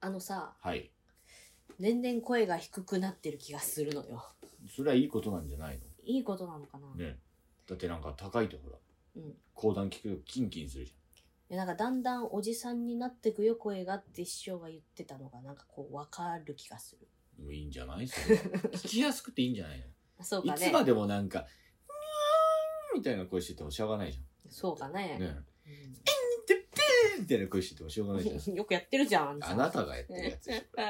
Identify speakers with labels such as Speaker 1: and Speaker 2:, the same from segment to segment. Speaker 1: あのさ、
Speaker 2: はい。
Speaker 1: 年々声が低くなってる気がするのよ。
Speaker 2: それはいいことなんじゃない
Speaker 1: いいことなのかな、
Speaker 2: のね。だってなんか高いとほら、
Speaker 1: うん。
Speaker 2: 講談聞くとキンキンするじ
Speaker 1: でなんかだんだんおじさんになってくよ声がって師匠が言ってたのがなんかこうわかる気がする。
Speaker 2: ゃん。でもいいんじゃない それ聞きやすくていいんじゃないの
Speaker 1: そう
Speaker 2: い
Speaker 1: かね。
Speaker 2: つまでもなんか、にゃーんみたいな声しててもしょうがないじ
Speaker 1: そうか
Speaker 2: ゃ
Speaker 1: ね
Speaker 2: ん。ね。で、でーんみたいな声しててもしょうがない じゃん。
Speaker 1: うんよくやってるじゃん。
Speaker 2: あなたがやってるやつでしょ。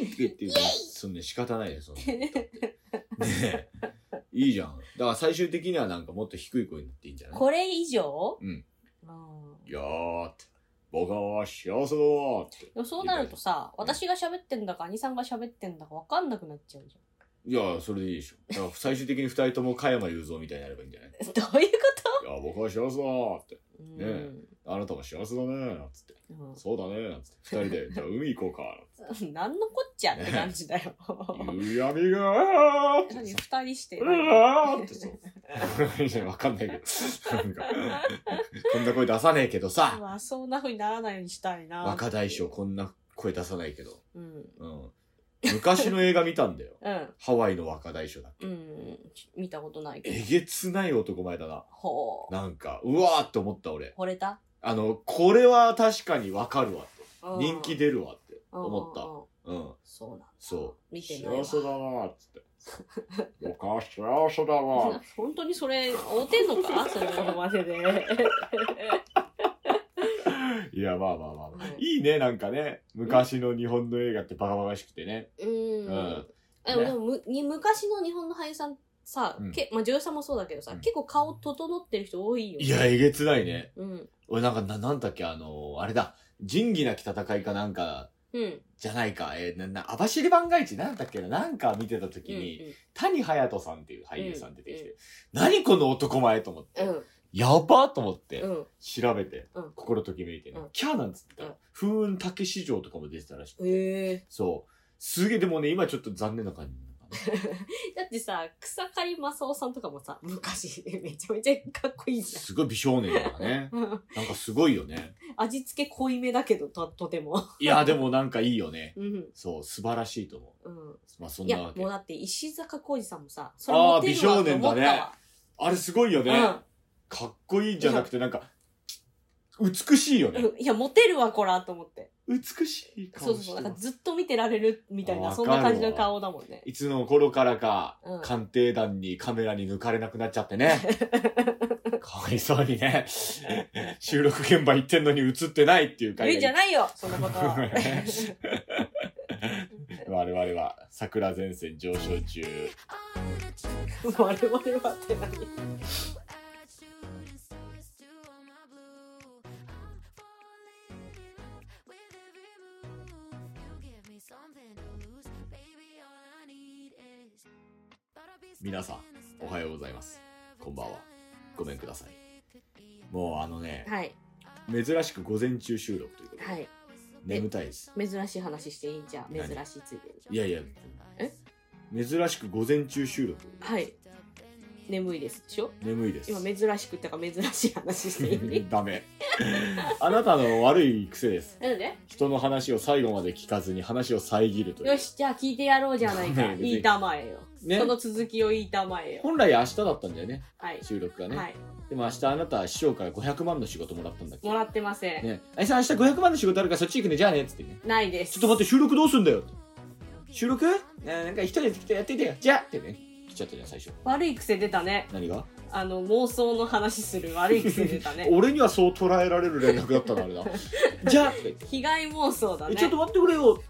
Speaker 2: えいって言ってるそんな仕方ないよ、 そんなの。だってねえ。いいじゃん。だから最終的にはなんかもっと低い声になっていいんじゃない
Speaker 1: これ以上
Speaker 2: うん。
Speaker 1: あー
Speaker 2: いやーって、僕は幸せだーって。
Speaker 1: でもそうなるとさ、
Speaker 2: うん
Speaker 1: 私が喋ってんだか、兄さんが喋ってんだかわかんなくなっちゃうじ
Speaker 2: いや、それでいいでしょ。だから最終的に二人とも加山雄三みたいになればいいんじゃない
Speaker 1: ゃん。 どういうこ
Speaker 2: いや、僕は幸せだーって。
Speaker 1: と
Speaker 2: ねあなたも幸せだねーなんつって。
Speaker 1: うん
Speaker 2: そうだねーなんつって。二人で、じゃあ海行こうか
Speaker 1: うん。 何のこっちゃって感じだよ。
Speaker 2: ーなんつって。夕闇がーって
Speaker 1: 何
Speaker 2: さ。
Speaker 1: 二人して。
Speaker 2: うわーっ てそう。わかんないけど。なんか、こんな声出さねえけどさ。
Speaker 1: まあ、そんな風にならないようにしたいな。
Speaker 2: 若大将こんな声出さないけど。
Speaker 1: うん。
Speaker 2: うん。昔の映画見たんだよ。
Speaker 1: うん。
Speaker 2: ハワイの若大将だ。
Speaker 1: うん。見たことないけど。
Speaker 2: えげつない男前だな。
Speaker 1: ほう。
Speaker 2: なんか、うわーって思った俺。
Speaker 1: 惚れた
Speaker 2: あの、これは確かにわかるわって。人気出るわって思
Speaker 1: うん
Speaker 2: っ
Speaker 1: うんうん
Speaker 2: た。うん。
Speaker 1: そうなんだ。。
Speaker 2: そう
Speaker 1: 見てないわ。
Speaker 2: 幸せだなーっつって。僕は幸せだ わーって。
Speaker 1: 本当にそれ、合うてんのか そのものまでで。
Speaker 2: いや、まあまあまあまあ
Speaker 1: う。ん
Speaker 2: いいね、なんかね。昔の日本の映画ってバカバカしくてね。
Speaker 1: うーん。あ
Speaker 2: ね
Speaker 1: でもむに、昔の日本の俳優さんさ
Speaker 2: うん、
Speaker 1: けまあ、女優さんもそうだけどさ
Speaker 2: うん、
Speaker 1: 結構顔整ってる人多いよね。
Speaker 2: いや、えげつないね。
Speaker 1: うん。
Speaker 2: 俺なんか、な、なんだっけ、あの、あれだ。仁義なき戦いかなんか、
Speaker 1: うん。
Speaker 2: じゃないか。えーな、な、網走番外地なんだっけななんか見てた時に、谷隼人さんっていう俳優さん出てきて、何この男前と思って、
Speaker 1: うん。うん。
Speaker 2: やばーと思って
Speaker 1: う、ん。
Speaker 2: 調べて、
Speaker 1: うん
Speaker 2: 心ときめいてね、
Speaker 1: うん
Speaker 2: キャーなんつってたら、
Speaker 1: うん
Speaker 2: 風雲竹市場とかも出てたらしくて、
Speaker 1: へえ
Speaker 2: そう。すげえ、でもね、今ちょっと残念な感じなのかな。
Speaker 1: だってさ、草刈正雄さんとかもさ、昔、 めちゃめちゃかっこいいじゃん。
Speaker 2: すごい美少年だからね。
Speaker 1: うん
Speaker 2: なんかすごいよね。
Speaker 1: 味付け濃いめだけど、と、とても。
Speaker 2: いや、でもなんかいいよね。
Speaker 1: うん。
Speaker 2: そう、素晴らしいと思
Speaker 1: うん。
Speaker 2: う。まあそん
Speaker 1: い
Speaker 2: な
Speaker 1: や、
Speaker 2: わけ
Speaker 1: もう。だって石坂浩二さんもさ、そ
Speaker 2: あ
Speaker 1: モ
Speaker 2: ー
Speaker 1: テるわと思ったわ
Speaker 2: あれすごいよね。
Speaker 1: うん
Speaker 2: かっこいいじゃなくて、なんか、美しいよね。
Speaker 1: うんいや、モテるわ、こら、と思って。
Speaker 2: 美しい
Speaker 1: そ
Speaker 2: 顔
Speaker 1: うそう
Speaker 2: し
Speaker 1: そう。な
Speaker 2: て
Speaker 1: んか
Speaker 2: ます。
Speaker 1: ずっと見てられるみたい
Speaker 2: あ
Speaker 1: な、
Speaker 2: ー
Speaker 1: そんな感じの顔だもんね。
Speaker 2: いつの頃からか、
Speaker 1: うん
Speaker 2: 鑑定団にカメラに抜かれなくなっちゃっ てね。かわいそうにね。収録現場行ってんのに映ってないってい
Speaker 1: 言
Speaker 2: う
Speaker 1: う
Speaker 2: 回
Speaker 1: んじゃ
Speaker 2: が。
Speaker 1: ないよ、そんなことは。
Speaker 2: 我々は桜前線上昇中。
Speaker 1: 我々はって何
Speaker 2: 皆さん、おはようございます。こんばんは。ごめんください。もうあのね、
Speaker 1: はい、
Speaker 2: 珍しく午前中収録ということで、
Speaker 1: はい。
Speaker 2: 眠たいです。
Speaker 1: 珍しい話していいんじゃん。珍
Speaker 2: 何
Speaker 1: しいついでに。
Speaker 2: いやいや、
Speaker 1: え
Speaker 2: 珍しく午前中収録。
Speaker 1: はい。眠いですでしょ
Speaker 2: 眠いです。
Speaker 1: 今珍しくってか珍しい話していい
Speaker 2: ダメ。あなたの悪い癖です。
Speaker 1: なんで
Speaker 2: 人の話を最後まで聞かずに話を遮るという
Speaker 1: よ。し、じゃあ聞いてやろうじゃないか。
Speaker 2: ね別に
Speaker 1: いいたまえよ。
Speaker 2: ね
Speaker 1: その続きをいいたまえよ。
Speaker 2: 本来明日だったんだよね、
Speaker 1: はい。
Speaker 2: 収録がね。
Speaker 1: はい。
Speaker 2: でも明日あなたは師匠から500万の仕事もらったんだっけ
Speaker 1: もらってません。
Speaker 2: ね。あいさん明日500万の仕事あるからそっち行くね、じゃあねっつってね。
Speaker 1: ないです。
Speaker 2: ちょっと待って、収録どうすんだよ収録ななんか一人で来てやっててよ。じゃあってね。来ちゃったじゃん、最初。
Speaker 1: 悪い癖出たね。
Speaker 2: 何が
Speaker 1: あの、妄想の話する悪い癖出た ね。
Speaker 2: 俺にはそう捉えられる連絡だったの、あれだ。じゃあとか言って。
Speaker 1: 被害妄想だ
Speaker 2: え
Speaker 1: ね。
Speaker 2: ちょっと待ってくれよ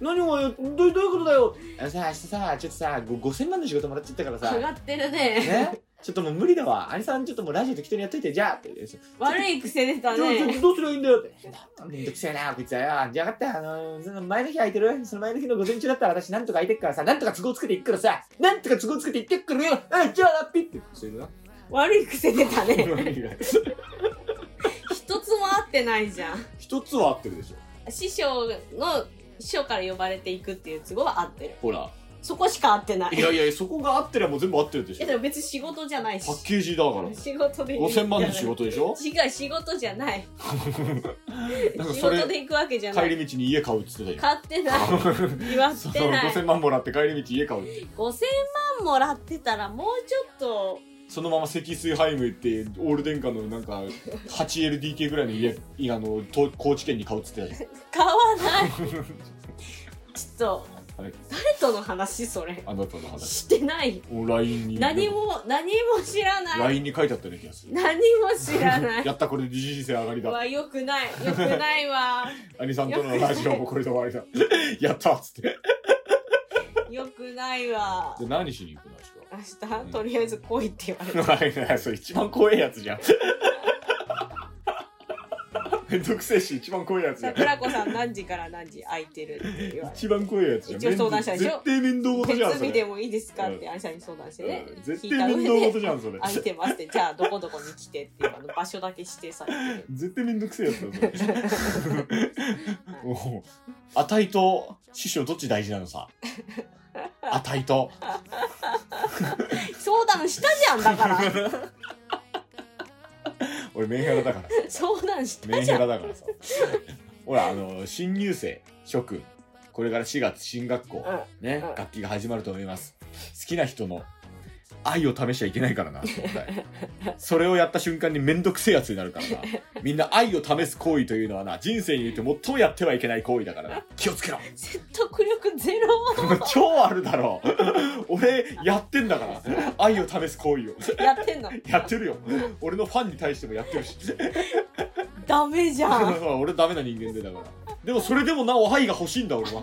Speaker 2: 何お前どうどういうことだよあのさ明日さちょっとさご5000万の仕事もらっちゃったからさ
Speaker 1: 上がってる ね。
Speaker 2: ねちょっともう無理だわ兄さんちょっともうラジオ適当にやっといてじゃあってちょち
Speaker 1: 悪い癖出た
Speaker 2: ょち
Speaker 1: ね
Speaker 2: ょ。どうすりゃいいんだよってなんめんどくせえなこいつはよじゃあ分かったあのその前の日空いてるその前の日の午前中だったら私なんとか空いてっからさなんとか都合つけていくからさなんとか都合つけていってっからようんじゃあラッピ ってそういうの
Speaker 1: 悪い癖出たね。一つも合ってないじゃん。
Speaker 2: 一つは合ってるでしょ
Speaker 1: 師匠の、師匠から呼ばれていくっていう都合は合ってる。
Speaker 2: ほら
Speaker 1: そこしか合ってないい。
Speaker 2: やいやいやそこが合ってればもう全部合ってるでし
Speaker 1: え
Speaker 2: ょ
Speaker 1: でも別に仕事じゃないし
Speaker 2: パ。ッケージ だから
Speaker 1: 仕事で行く
Speaker 2: 5000万の仕事でしょ
Speaker 1: 違う、仕事じゃない。
Speaker 2: なんか
Speaker 1: 仕
Speaker 2: それ
Speaker 1: 事で行くわけじゃな
Speaker 2: 帰
Speaker 1: い。
Speaker 2: り道に家買うっつってたじゃん
Speaker 1: 買ってない。祝
Speaker 2: そ
Speaker 1: っ
Speaker 2: う
Speaker 1: てない。
Speaker 2: 5000万もらって帰り道家買うって
Speaker 1: 5000万もらってたらもうちょっと
Speaker 2: そのまま積水ハイム行ってオール電化のなんか 8LDK ぐらいの家いあのと高知県に買うっつってたじ
Speaker 1: 買わないちょっと
Speaker 2: ゃん、はい、
Speaker 1: 誰との話それ
Speaker 2: あなたの話
Speaker 1: してない
Speaker 2: もう LINE に
Speaker 1: 何も何も知らない
Speaker 2: LINE に書いてあったような気がする
Speaker 1: 何も知ら ない
Speaker 2: やったこれで人生上がりだ
Speaker 1: わよくないよくないわ
Speaker 2: 兄さんとのラジオもこれで終わりだやったっつって
Speaker 1: よくないわ
Speaker 2: で何しに行くの
Speaker 1: 明日とりあえず来いって言われ
Speaker 2: 明日はいはいそれ一番怖いやつ じゃんめんどくせえし一番怖いやつじゃ
Speaker 1: た
Speaker 2: ん
Speaker 1: 桜子さん何時から何時空いてるって言われて
Speaker 2: 一番怖いやつじゃ
Speaker 1: 一
Speaker 2: ん
Speaker 1: 応相談したでしょ
Speaker 2: 絶対面倒事じゃん
Speaker 1: 別
Speaker 2: それ
Speaker 1: 日でもいいですかって兄さんに相談してね
Speaker 2: うん
Speaker 1: 聞
Speaker 2: 絶
Speaker 1: いた
Speaker 2: 対面
Speaker 1: 上
Speaker 2: 倒
Speaker 1: で
Speaker 2: 事じゃんそれ
Speaker 1: 空いてますってじゃあどこどこに来てっていうあの場所だけ指定されてる
Speaker 2: 絶対面倒くせえやつだそれ おうあたいと師匠どっち大事なの さあたいと
Speaker 1: 相談したじゃんだから
Speaker 2: 俺メンヘラだから
Speaker 1: 相談した
Speaker 2: メン
Speaker 1: じ
Speaker 2: ヘ
Speaker 1: ゃん
Speaker 2: ラだからさ。ほら、あの、新入生、諸君、これから4月新学校、ね、
Speaker 1: うん
Speaker 2: 楽器が始まると思います。好きな人の愛を試しちゃいけないからな、絶対。それをやった瞬間にめんどくせえやつになるからな。みんな愛を試す行為というのはな、人生において最もやってはいけない行為だからな。気をつけろ
Speaker 1: 説得力ゼロ
Speaker 2: 超あるだろう俺、やってんだから。愛を試す行為を。
Speaker 1: やってんの
Speaker 2: やってるよ。俺のファンに対してもやってるし。
Speaker 1: ダメ じゃん
Speaker 2: 俺ダメな人間でだからでもそれでもなお愛が欲しいんだ俺は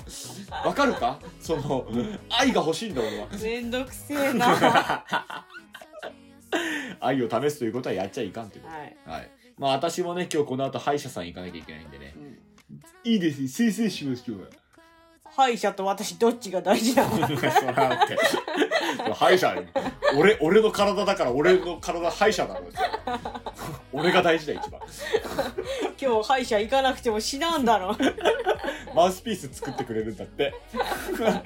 Speaker 2: わかるかその愛が欲しいんだ俺は
Speaker 1: めんどくせえなは
Speaker 2: 愛を試すということはやっちゃいかんというこ
Speaker 1: い、
Speaker 2: とはいまあ私もね今日この後歯医者さん行かなきゃいけないんでね
Speaker 1: うん
Speaker 2: いいです先生します今日は
Speaker 1: 歯医者と私どっちが大事なの
Speaker 2: そらだって歯医者よ 俺俺の体だから俺の体歯医者だろ 俺が大事だ一番
Speaker 1: 今日歯医者行かなくても死なんだ ろ
Speaker 2: マウスピース作ってくれるんだって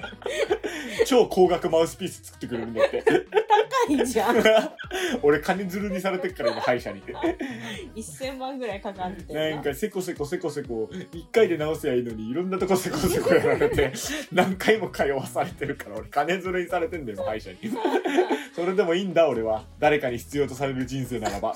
Speaker 2: 超高額マウスピース作ってくれるんだって
Speaker 1: 高いじゃん
Speaker 2: 俺金づるにされてっから今歯医者に
Speaker 1: 1000万ぐらいかかってる
Speaker 2: なんかせこせこせこせこ一回で直せやいいのにいろんなとこせこせこやられて何回も通わされてるから俺金づるにされてんだよ今歯医者にそれでもいいんだ俺は誰かに必要とされる人生ならば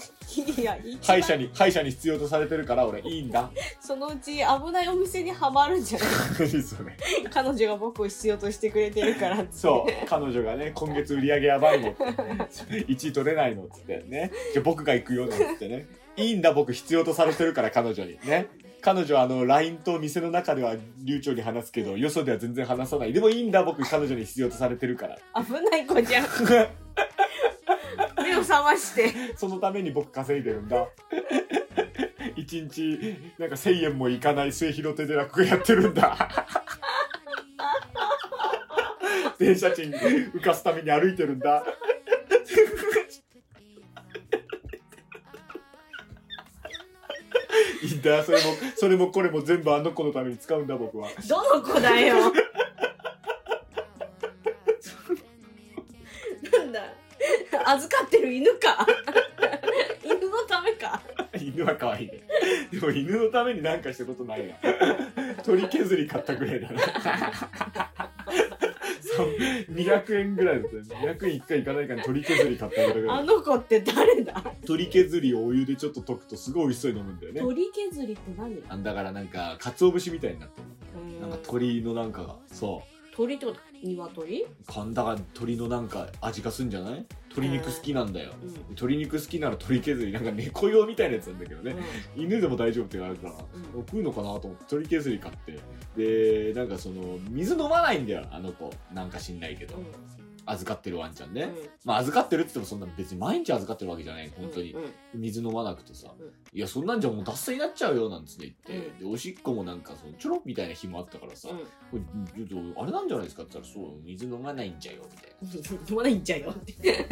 Speaker 1: いや一番
Speaker 2: 歯医者に歯医者に必要とされてるから俺いいんだ
Speaker 1: そのうち危ないお店にはまるんじゃない
Speaker 2: いいですよね
Speaker 1: 彼女が僕を必要としてくれてるからって
Speaker 2: そう彼女がね今月売り上げやばいのって1位取れないのっつってねじゃあ僕が行くよなんつってねいいんだ僕必要とされてるから彼女にね彼女はあの LINE と店の中では流暢に話すけどよそでは全然話さないでもいいんだ僕彼女に必要とされてるから
Speaker 1: 危ない子じゃん目を覚まして
Speaker 2: そのために僕稼いでるんだ1日なんか1,000円もいかない末広手で落語やってるんだ 電車賃浮かすために歩いてるんだ いいんだそれもそれもこれも全部あの子のために使うんだ僕は
Speaker 1: どの子だよなんだ預かってる犬か 犬のためか
Speaker 2: 犬は可愛いねでも犬のために何かしたことないな鳥削り買ったぐらいだな そう200円ぐらいだったよ200円1回いかないから鳥削り買ったぐら
Speaker 1: あ
Speaker 2: い
Speaker 1: の子って誰だ
Speaker 2: 鳥削りをお湯でちょっと溶くとすごい美味しそうに飲むんだよね
Speaker 1: 鳥削りって何
Speaker 2: あだからなんか鰹節みたいになってるなんか鳥のなんかがそ
Speaker 1: 鳥ってこと鶏
Speaker 2: う神田が鳥のなんか味がすんじゃない鶏肉好きなんだよ
Speaker 1: うん、
Speaker 2: 鶏肉好きなら鳥削りなんか猫用みたいなやつなんだけどね
Speaker 1: うん
Speaker 2: 犬でも大丈夫って言われたら、
Speaker 1: うん
Speaker 2: 食うのかなと思って鳥削り買ってでなんかその水飲まないんだよあの子なんか知んないけど、預かってるワンちゃんね、まあ預かってるって言ってもそんな別に毎日預かってるわけじゃない
Speaker 1: うん
Speaker 2: 本当に
Speaker 1: う、ん
Speaker 2: 水飲まなくてさ、
Speaker 1: うん
Speaker 2: いやそんなんじゃもう脱水になっちゃうよなんつって言って、
Speaker 1: うん
Speaker 2: でおしっこもなんかそのちょろみたいな日もあったからさ、
Speaker 1: うん
Speaker 2: これちょっとあれなんじゃないですかって言ったらそう水飲まないんじゃよみたいな
Speaker 1: 飲まないんじゃよって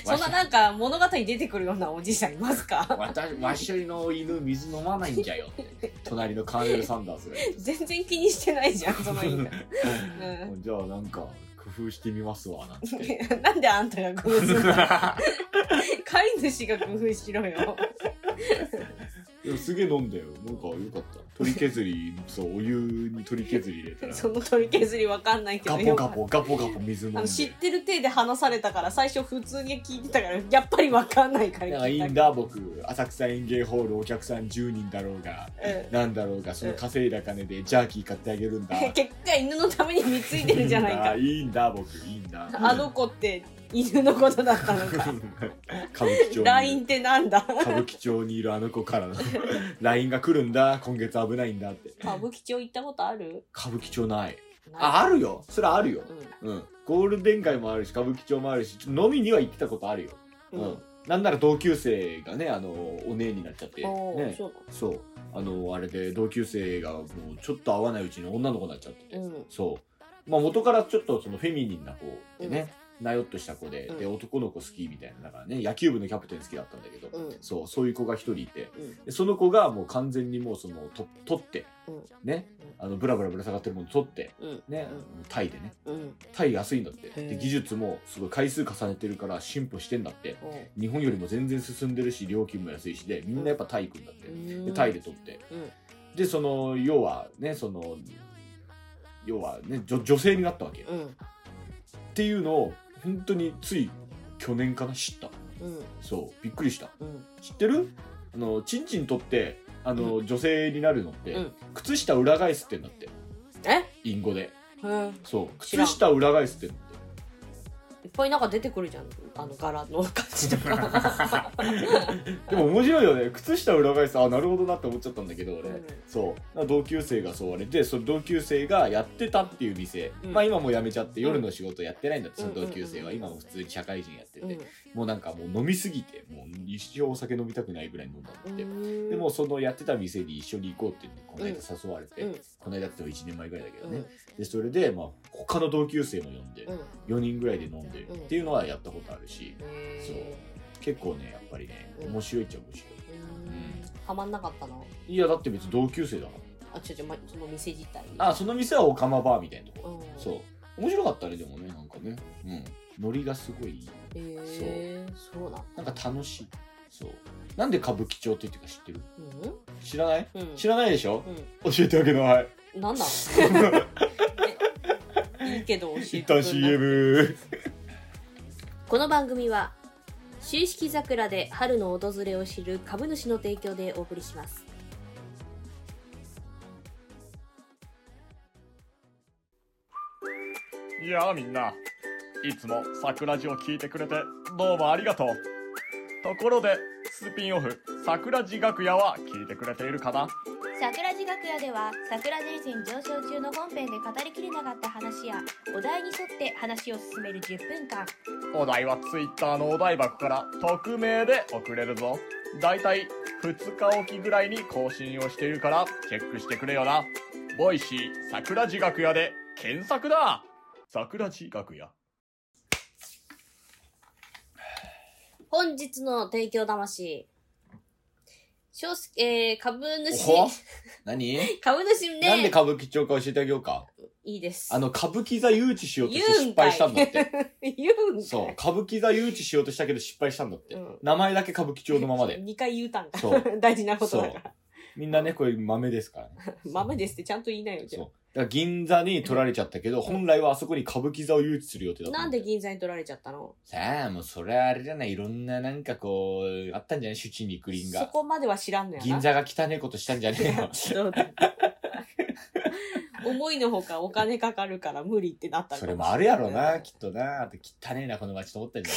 Speaker 1: そんななんか物語に出てくるようなおじいさんいます か
Speaker 2: 私わしの犬水飲まないんじゃよって隣のカーネル・サンダースが言って
Speaker 1: 全然気にしてないじゃんその犬、う
Speaker 2: じゃあなんか工夫してみますわな んつって
Speaker 1: なんであんたが工夫するの飼い主が工夫しろよ。
Speaker 2: でもすげえ飲んだよなんかよかった鳥削りそうお湯に鳥削り入れたら
Speaker 1: その取り削りわかんないけど
Speaker 2: ガポガポガポガポ水飲ん
Speaker 1: あ
Speaker 2: で
Speaker 1: の知ってる体で話されたから最初普通に聞いてたからやっぱりわかんないから
Speaker 2: なんかいい
Speaker 1: 聞
Speaker 2: ん
Speaker 1: い
Speaker 2: だ僕浅草園芸ホールお客さん10人だろうが
Speaker 1: たうん
Speaker 2: なんだろうがその稼いだ金でジャーキー買ってあげるんだ
Speaker 1: 結果犬のために貢いでるじゃない
Speaker 2: い
Speaker 1: か
Speaker 2: いんだ僕いいんだ
Speaker 1: あの子って犬のことだったのか
Speaker 2: 歌舞伎町にい
Speaker 1: LINE
Speaker 2: る
Speaker 1: ってなんだ
Speaker 2: 歌舞伎町にいるあの子からの LINE が来るんだ今月危ないんだって
Speaker 1: 歌舞伎町行ったことある
Speaker 2: 歌舞伎町ないああるよそれあるようんゴールデン街もあるし歌舞伎町もあるしちょっと飲みには行ってたことあるよ
Speaker 1: う、
Speaker 2: うん
Speaker 1: うん
Speaker 2: んなんなら同級生がねあのお姉になっちゃって
Speaker 1: おー
Speaker 2: ね
Speaker 1: そう
Speaker 2: そうあのあれで同級生がもうちょっと会わないうちに女の子になっちゃって
Speaker 1: だうん
Speaker 2: そう。まあ元からちょっとそのフェミニンな子でね、なよっとした子で、で、
Speaker 1: う
Speaker 2: 男の子好きみたいな、だからね、野球部のキャプテン好きだったんだけど、
Speaker 1: うん
Speaker 2: そう、そういう子が一人いて、
Speaker 1: うん
Speaker 2: でその子がもう完全にもうその、と、取って、
Speaker 1: うん
Speaker 2: ね、あの、ブラブラぶら下がってるもの取って、
Speaker 1: うん
Speaker 2: ね、タイでね、
Speaker 1: うん
Speaker 2: タイ安いんだって。
Speaker 1: へ
Speaker 2: で、
Speaker 1: ー
Speaker 2: 技術もすごい回数重ねてるから進歩してんだって。
Speaker 1: お
Speaker 2: 日本よりも全然進んでるし、料金も安いしで、みんなやっぱタイ行くんだって。
Speaker 1: ー
Speaker 2: でタイで撮って、
Speaker 1: うん
Speaker 2: でその要はねその要はね女女性になったわけよ、
Speaker 1: う
Speaker 2: っ
Speaker 1: ん
Speaker 2: ていうのを本当につい去年かな知った
Speaker 1: うん
Speaker 2: そうびっくりした
Speaker 1: うん
Speaker 2: 知ってるあのチンチン取ってあの、女性になるのって、
Speaker 1: うん
Speaker 2: 靴下裏返すってんだって
Speaker 1: え
Speaker 2: 隠語で
Speaker 1: うん
Speaker 2: そう
Speaker 1: 知ら
Speaker 2: 靴
Speaker 1: ん
Speaker 2: 下裏返すってんだって
Speaker 1: いっぱいなんか出てくるじゃんあの柄の感じと か
Speaker 2: でも面白いよね靴下裏返すあなるほどなって思っちゃったんだけど俺、
Speaker 1: うん
Speaker 2: そう同級生がそうあれでその同級生がやってたっていう店、
Speaker 1: うん
Speaker 2: まあ今もう辞めちゃって
Speaker 1: うん
Speaker 2: 夜の仕事やってないんだってそ
Speaker 1: う
Speaker 2: の
Speaker 1: んうんうん
Speaker 2: 同級生は今も普通に社会人やって
Speaker 1: う
Speaker 2: て、
Speaker 1: ん
Speaker 2: もうなんかもう飲みすぎてもう一生お酒飲みたくないぐらい飲んだんだって、で
Speaker 1: で
Speaker 2: もうそのやってた店に一緒に行こうって言ってこの間誘われて、
Speaker 1: うん
Speaker 2: この間って1年前ぐらいだけど
Speaker 1: うん
Speaker 2: ね、でそれでまあ他の同級生も呼んで
Speaker 1: うん
Speaker 2: 4人ぐらいで飲んでる
Speaker 1: うん
Speaker 2: っていうのはやったことあるし、
Speaker 1: へー
Speaker 2: そう結構ねやっぱりね
Speaker 1: うん
Speaker 2: 面白いっちゃ面白い。
Speaker 1: うんはまんなかったない
Speaker 2: やだって別に同級生だか
Speaker 1: あ違う違うまその店自体
Speaker 2: らあその店はオカマバーみたいなとこ
Speaker 1: うん
Speaker 2: そう面白かったねでもねなんかねうんノリがすごい
Speaker 1: へえそうなん
Speaker 2: なんか楽しいそうなんで歌舞伎町って言ってるか知ってる
Speaker 1: う
Speaker 2: 知らない
Speaker 1: んうん
Speaker 2: 知らないでしょ
Speaker 1: う
Speaker 2: 教えてあげない
Speaker 1: んなんだ えいいけど教えて
Speaker 2: 一
Speaker 1: くんな
Speaker 2: 旦 CM
Speaker 1: この番組は「秋式桜で春の訪れを知る株主の提供」でお送りします
Speaker 3: いやあみんないつも桜地を聞いてくれてどうもありがとうところでスピンオフ桜地楽屋は聞いてくれているかな
Speaker 4: 桜地楽屋では桜前線上昇中の本編で語りきれなかった話やお題に沿って話を進める10分間
Speaker 3: お題はツイッターのお題箱から匿名で送れるぞだいたい2日おきぐらいに更新をしているからチェックしてくれよなボイシー桜地楽屋で検索だ桜地楽屋
Speaker 1: 本日の提供魂しょうすえー、株
Speaker 2: おほ
Speaker 1: 主
Speaker 2: 何
Speaker 1: 株主
Speaker 2: なんで
Speaker 1: ね
Speaker 2: 歌舞伎町か教えてあげようか
Speaker 1: いいです
Speaker 2: あの歌舞伎座誘致しようとして
Speaker 1: 言うん
Speaker 2: 失
Speaker 1: かい
Speaker 2: 敗したんだって
Speaker 1: 言うんかい
Speaker 2: そう歌舞伎座誘致しようとしたけど失敗したんだって
Speaker 1: うん
Speaker 2: 名前だけ歌舞伎町のままで
Speaker 1: 2回言うたんか
Speaker 2: そう
Speaker 1: 大事なことだから
Speaker 2: みんなねこれ豆ですからね
Speaker 1: 豆ですってちゃんと言いなよじ
Speaker 2: そう
Speaker 1: ゃ
Speaker 2: だから銀座に取られちゃったけど本来はあそこに歌舞伎座を誘致する予定だ
Speaker 1: あ
Speaker 2: った
Speaker 1: なん
Speaker 2: だ
Speaker 1: で銀座に取られちゃったの
Speaker 2: さあ、もうそれはあれじゃない、いろんななんかこう、あったんじゃない主治肉林
Speaker 1: そ
Speaker 2: が。
Speaker 1: こまでは知らんのやな
Speaker 2: 銀座が汚いことしたんじゃねえよ。
Speaker 1: そうだ 思いのほかお金かかるから無理ってなったの か
Speaker 2: それ
Speaker 1: し
Speaker 2: もあるやろ
Speaker 1: う
Speaker 2: な、
Speaker 1: んい
Speaker 2: きっとな。あと汚ねえな、この街と思ったんじゃ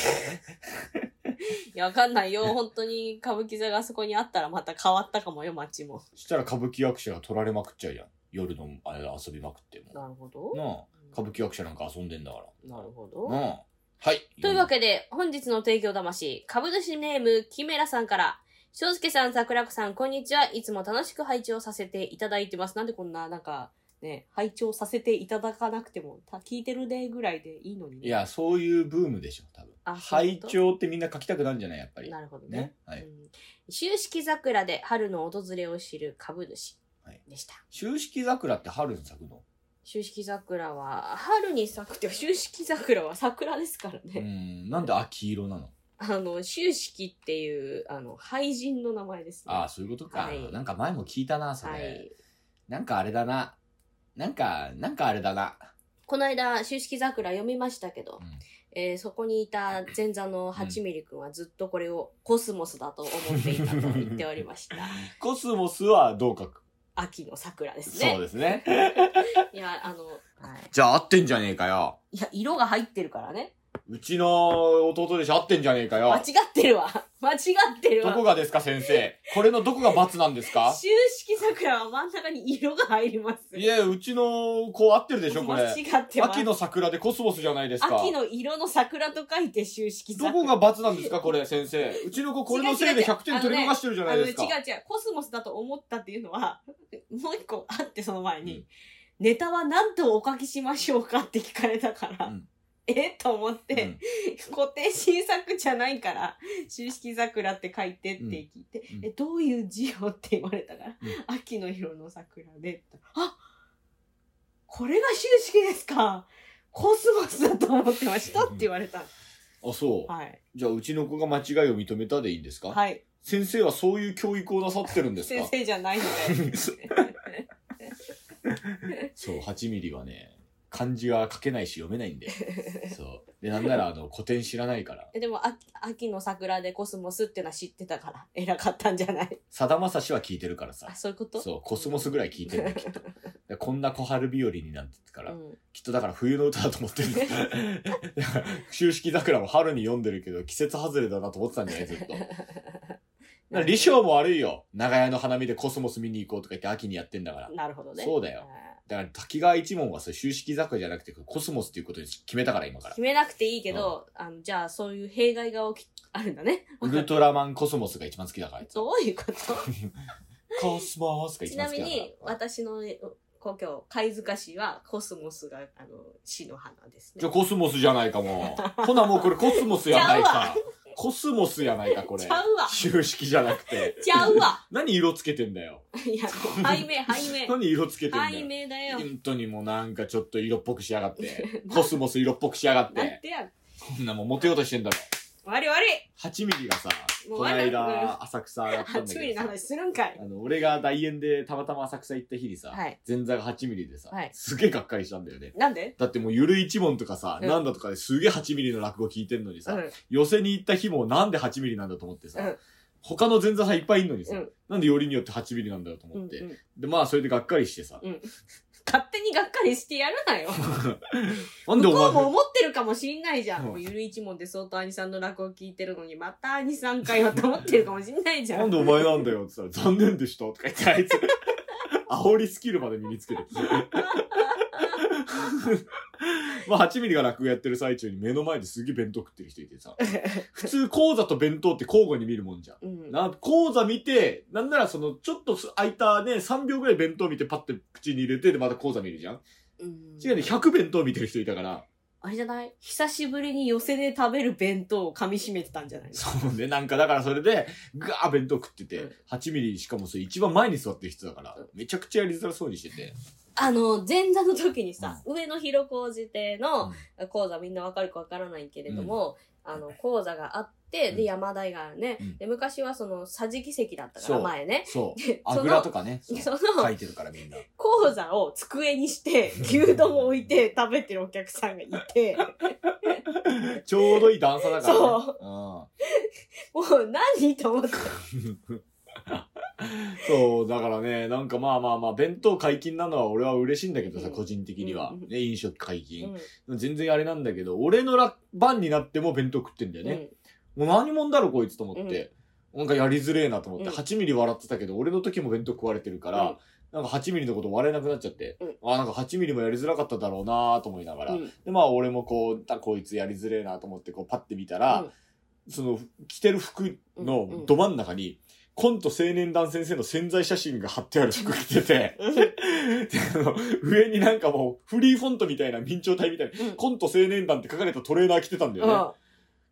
Speaker 1: やわかんないよ本当に歌舞伎座があそこにあったらまた変わったかもよ街も
Speaker 2: ないそしたら歌舞伎役者が取られまくっちゃうやん。夜のあれ遊びまくっても。
Speaker 1: なるほど
Speaker 2: なあ、歌舞伎役者なんか遊んでんだか
Speaker 1: なるほ
Speaker 2: ら。な
Speaker 1: ど
Speaker 2: あ。はい。
Speaker 1: というわけで本日の提供魂株主ネームキメラさんから翔介さん桜子さんこんにちはいつも楽しく拝聴させていただいてますなんでこんななんかね拝聴させていただかなくてもた聞いてるねぐらいでいいのにね
Speaker 2: いや、そういうブームでしょ、多分。
Speaker 1: あそういう
Speaker 2: 拝
Speaker 1: こと
Speaker 2: 聴ってみんな書きたくなるんじゃないやっぱり。
Speaker 1: なるほどね
Speaker 2: ね。は
Speaker 1: う
Speaker 2: い。
Speaker 1: ん秋式桜で春の訪れを知る株主
Speaker 2: はい
Speaker 1: でした。
Speaker 2: 秋式桜って春に咲くの
Speaker 1: 秋式桜は、春に咲くって、秋式桜は桜ですから
Speaker 2: う
Speaker 1: ね。
Speaker 2: ん、なんで秋色なの
Speaker 1: あの、秋式っていう、あの、俳人の名前です、ね。
Speaker 2: ああ、そういうことか、
Speaker 1: はい
Speaker 2: なんか前も聞いたな、それ。
Speaker 1: はい。
Speaker 2: なんかあれだな。なんか、なんかあれだな。
Speaker 1: この間、秋式桜読みましたけど、
Speaker 2: うん
Speaker 1: えーそこにいた前座の八ミリ君はずっとこれをコスモスだと思っていたと言っておりました。
Speaker 2: コスモスはどう書く、
Speaker 1: 秋の桜です
Speaker 2: そう
Speaker 1: ね。
Speaker 2: です ね。
Speaker 1: いや、あの、はい。
Speaker 2: じゃあ合ってんじゃねえかよ。
Speaker 1: いや、色が入ってるからね。
Speaker 2: うちの弟でしょ合ってんじゃねえか
Speaker 1: 間
Speaker 2: よ
Speaker 1: 違。ってるわ。間違ってる
Speaker 2: ど
Speaker 1: わ。
Speaker 2: こがですか、先生。これのどこが×なんで すか
Speaker 1: 秋式桜は真ん中に色が入ります。
Speaker 2: いや、うちの子合ってるでしょ、これ
Speaker 1: 間。違ってます。
Speaker 2: 秋の桜でコスモスじゃないですか。
Speaker 1: 秋の色の桜と書いて秋式
Speaker 2: ど
Speaker 1: 桜。
Speaker 2: こが×なんですか、これ、先生。うちの子これのせいで100点取り逃してるじゃ
Speaker 1: あ
Speaker 2: な
Speaker 1: の
Speaker 2: い
Speaker 1: ね
Speaker 2: で
Speaker 1: 違う違
Speaker 2: すか。
Speaker 1: う、コスモスだと思ったっていうのは、もう一個あってその前に、ネタは何とお書きしましょうかって聞かれたから、
Speaker 2: うん
Speaker 1: えと思って、
Speaker 2: うん
Speaker 1: 固定新作じゃないから、秋式桜って書いてって聞いて、
Speaker 2: うん
Speaker 1: え、どういう字をって言われたから、
Speaker 2: う
Speaker 1: 秋の色の桜で、あこれが秋式ですかコスモスだと思ってましたって言われた。
Speaker 2: あ、そう。
Speaker 1: はい。
Speaker 2: じゃあ、うちの子が間違いを認めたでいいんですか、
Speaker 1: はい。
Speaker 2: 先生はそういう教育をなさってるんですか
Speaker 1: 先生じゃないの で。
Speaker 2: そう、8ミリはね、漢字は書けないし読めな いんで。そう。で、なんなら、あの、古典知らないから。
Speaker 1: えでも秋、秋の桜でコスモスってのは知ってたから、偉かったんじゃない
Speaker 2: さだまさしは聞いてるからさ
Speaker 1: あ、。そういうこと
Speaker 2: そう、コスモスぐらい聞いてるんだよ、き っと。でこんな小春日和になってたから、
Speaker 1: うん
Speaker 2: きっとだから冬の 歌だと思ってる。だから、秋式桜も春に読んでるけど、季節外れだなと思ってたんじゃないずっ と。だから、李翔も悪いよ。長屋の花見でコスモス見に行こうとか言って秋にやってんだから。
Speaker 1: なるほどね。
Speaker 2: そうだよだから、滝川一門はさ、秋式桜じゃなくて、コスモスっていうことに決めたから、今
Speaker 1: あ
Speaker 2: か
Speaker 1: ー。
Speaker 2: ら
Speaker 1: 決。めなくていいけど、あの、じゃあそういう弊害が起き、あるんだね。
Speaker 2: ウルトラマンコスモスが一番好きだから、あいつ
Speaker 1: どういう こと
Speaker 2: コスモスが
Speaker 1: ち
Speaker 2: 一
Speaker 1: な
Speaker 2: 番好
Speaker 1: み
Speaker 2: きだから。
Speaker 1: に、私の故郷、貝塚市はコスモスが、あの、市の花ですね。
Speaker 2: じゃあコスモスじゃないかもう。ほなもうこれコスモスやない
Speaker 1: ちゃう
Speaker 2: か。コスモスやないか、これ
Speaker 1: ち。ゃうわ
Speaker 2: 秋式じゃなくて。
Speaker 1: ちゃうわ
Speaker 2: 何色つけてんだよ。
Speaker 1: いや、背面、 背面。
Speaker 2: 何色つけてんだ
Speaker 1: 背
Speaker 2: よ。
Speaker 1: 面だよ。
Speaker 2: 本当にもうなんかちょっと色っぽくしやが って。コスモス色っぽくしやがっ
Speaker 1: なん
Speaker 2: て。
Speaker 1: てやん。
Speaker 2: こんなもんモテようとしてんだろ。
Speaker 1: 悪い悪い
Speaker 2: 8ミリがさ、
Speaker 1: もう
Speaker 2: この
Speaker 1: 笑う
Speaker 2: 間浅草やったんだ
Speaker 1: 初ミ
Speaker 2: け
Speaker 1: リ
Speaker 2: ど
Speaker 1: の
Speaker 2: さ。
Speaker 1: 話するんかい
Speaker 2: あ。の俺が大円でたまたま浅草行った日にさ、
Speaker 1: はい
Speaker 2: 前座が8ミリでさ、
Speaker 1: はい
Speaker 2: すげえがっかりしたんだよね。
Speaker 1: なんで
Speaker 2: だってもうゆる一門とかさ、
Speaker 1: うん
Speaker 2: なんだとかですげえ8ミリの落語聞いてんのに
Speaker 1: う
Speaker 2: さ、
Speaker 1: ん。
Speaker 2: 寄せに行った日もなんで8ミリなんだと思ってさ、
Speaker 1: うん
Speaker 2: 他の前座さんいっぱいいんのにさ、
Speaker 1: うん
Speaker 2: なんでよりによって8ミリなんだろうと
Speaker 1: うん
Speaker 2: 思って、
Speaker 1: うん
Speaker 2: でまあそれでがっかりしてさ、
Speaker 1: うん勝手にがっかりしてやるなよ。
Speaker 2: なんで
Speaker 1: 向こう
Speaker 2: お前
Speaker 1: も思ってるかもしんないじゃん。
Speaker 2: うん
Speaker 1: もうゆる一問で相当兄さんの落語聞いてるのに、また兄さんかよと思ってるかもしんないじゃ
Speaker 2: なん
Speaker 1: ん。
Speaker 2: でお前なんだよって言ったら残念でしたとか言ってあいつ煽りスキルまで身につけて まあ8ミリが落語やってる最中に目の前ですげえ弁当食ってる人いてさ普通講座と弁当って交互に見るもんじゃん
Speaker 1: うん。
Speaker 2: な講座見て、なんならその、ちょっとす空いたね、3秒ぐらい弁当見てパッて口に入れて、でまた講座見るじゃん
Speaker 1: うん
Speaker 2: 違うね、100弁当見てる人いたから、
Speaker 1: あれじゃない久しぶりに寄せで食べる弁当を噛み締めてたんじゃない
Speaker 2: そうね、なんかだからそれで、ガー弁当食って
Speaker 1: う
Speaker 2: て
Speaker 1: ん、
Speaker 2: 8ミリしかもそれ一番前に座ってる人だから
Speaker 1: うん、
Speaker 2: めちゃくちゃやりづらそうにしてて、
Speaker 1: あの、前座の時にさ、上野広小路邸の講座みんなわかるかわからないけれども、あの、講座があって、
Speaker 2: う
Speaker 1: で、
Speaker 2: ん
Speaker 1: 山台があるね。
Speaker 2: うん
Speaker 1: で、昔はその、桟敷席だったか
Speaker 2: そ
Speaker 1: ら、
Speaker 2: う
Speaker 1: 前ね。
Speaker 2: そう、
Speaker 1: で
Speaker 2: あ
Speaker 1: そ
Speaker 2: ぐ
Speaker 1: の
Speaker 2: らとかね、そう
Speaker 1: その、
Speaker 2: 書いてるからみんな。
Speaker 1: 講座を机にして、牛丼を置いて食べてるお客さんがいて、
Speaker 2: ちょうどいい段差だからね。
Speaker 1: そうもう何と思って。
Speaker 2: うん。 そう、だからね、なんかまあまあまあ、弁当解禁なのは俺は嬉しいんだけどさ、
Speaker 1: うん
Speaker 2: 個人的には
Speaker 1: う。ん
Speaker 2: ね、飲食解禁。
Speaker 1: うん
Speaker 2: 全然あれなんだけど、俺のら番になっても弁当食ってんだよね。もう何者だろこいつと思って。なんかやりづれえなと思って、
Speaker 1: うん
Speaker 2: 8ミリ笑ってたけど、俺の時も弁当食われてるから、なんか8ミリのこと笑えなくなっちゃって、
Speaker 1: うん
Speaker 2: あなんか8ミリもやりづらかっただろうなと思いながら、
Speaker 1: うんうん
Speaker 2: で、まあ俺もこう、あこいつやりづれえなと思って、こうパッて見たら、
Speaker 1: うん
Speaker 2: その着てる服のど真ん中に、コント青年団先生の潜在写真が貼ってある服着てて、 であの上になんかもうフリーフォントみたいな明朝体みたいな、
Speaker 1: うん
Speaker 2: コント青年団って書かれたトレーナー着てたんだよね。
Speaker 1: うん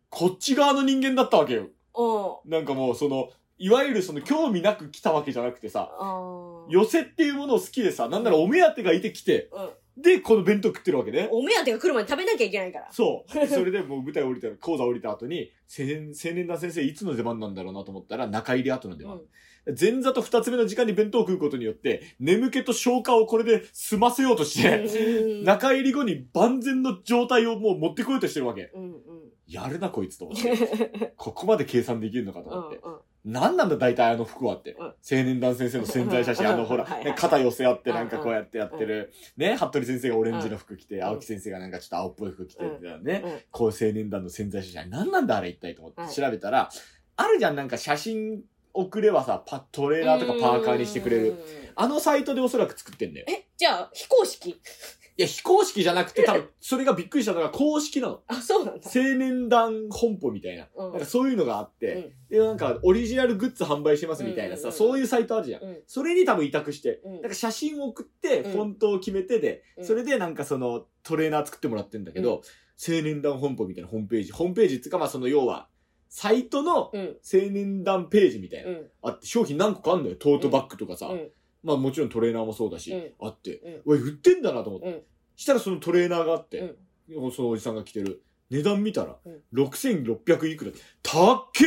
Speaker 2: こっち側の人間だったわけよ。
Speaker 1: うん
Speaker 2: なんかもうその、いわゆるその興味なく来たわけじゃなくてさ、
Speaker 1: あー
Speaker 2: 寄せっていうものを好きでさ、なんならお目当てがいて来て、
Speaker 1: うん
Speaker 2: で、この弁当食ってるわけね。
Speaker 1: お目当てが来るまで食べなきゃいけないから。
Speaker 2: そう。それでもう舞台降りたら、講座降りた後に、 青年青年団先生いつの出番なんだろうなと思ったら、中入り後の出番。前座と二つ目の時間に弁当を食うことによって、眠気と消化をこれで済ませようとして、
Speaker 1: うん
Speaker 2: 中入り後に万全の状態をもう持ってこようとしてるわけ。
Speaker 1: うんうん。
Speaker 2: やるな、こいつと思って。ここまで計算できるのかと
Speaker 1: うん
Speaker 2: 思って。
Speaker 1: うん。
Speaker 2: なんなんだ、大体あの服はって。
Speaker 1: うん
Speaker 2: 青年団先生の潜在写真、
Speaker 1: うん
Speaker 2: あの、ほら、
Speaker 1: はいはい
Speaker 2: ね肩寄せ合ってなんかこうやってやってる。ね、服部先生がオレンジの服着て、青木先生がなんかちょっと青っぽい服着てるみたいなね。
Speaker 1: うんうん
Speaker 2: こう青年団の潜在写真、なんなんだ、あれ一体と思
Speaker 1: は
Speaker 2: っ
Speaker 1: い
Speaker 2: て調べたら、あるじゃん、なんか写真送ればさ、パトレーラーとかパーカーにしてくれ
Speaker 1: う
Speaker 2: る。
Speaker 1: ん。
Speaker 2: あのサイトでおそらく作ってんだよ。
Speaker 1: え、じゃあ、非公式
Speaker 2: いや、非公式じゃなくて、多分、それがびっくりしたのが公式なの。
Speaker 1: あ、そうなんだ。
Speaker 2: 青年団本舗みたいな。
Speaker 1: うん
Speaker 2: なんかそういうのがあって、
Speaker 1: うん
Speaker 2: で、なんかオリジナルグッズ販売してますみたい
Speaker 1: うんうん
Speaker 2: な
Speaker 1: う
Speaker 2: さ、
Speaker 1: ん
Speaker 2: そういうサイトあるじゃん。
Speaker 1: うん
Speaker 2: それに多分委託して、
Speaker 1: うん
Speaker 2: なんか写真を送って、
Speaker 1: うん
Speaker 2: フォントを決めてで、
Speaker 1: うん
Speaker 2: それでなんかそのトレーナー作ってもらってんだけど、青年団本舗みたいなホームページ、ホームページっていうかまあその要は、サイトの青
Speaker 1: うん。
Speaker 2: 年団ページみたいな、
Speaker 1: うん。
Speaker 2: あって商品何個かあんのよ。トートバッグとかさ、
Speaker 1: うん
Speaker 2: まあもちろんトレーナーもそうだし、
Speaker 1: う
Speaker 2: あって、
Speaker 1: うん
Speaker 2: おい、売ってんだなと思って。
Speaker 1: うん
Speaker 2: したらそのトレーナーがあって、そのおじさんが着てる。値段見たら
Speaker 1: うん、
Speaker 2: 6600いくらって。たっ け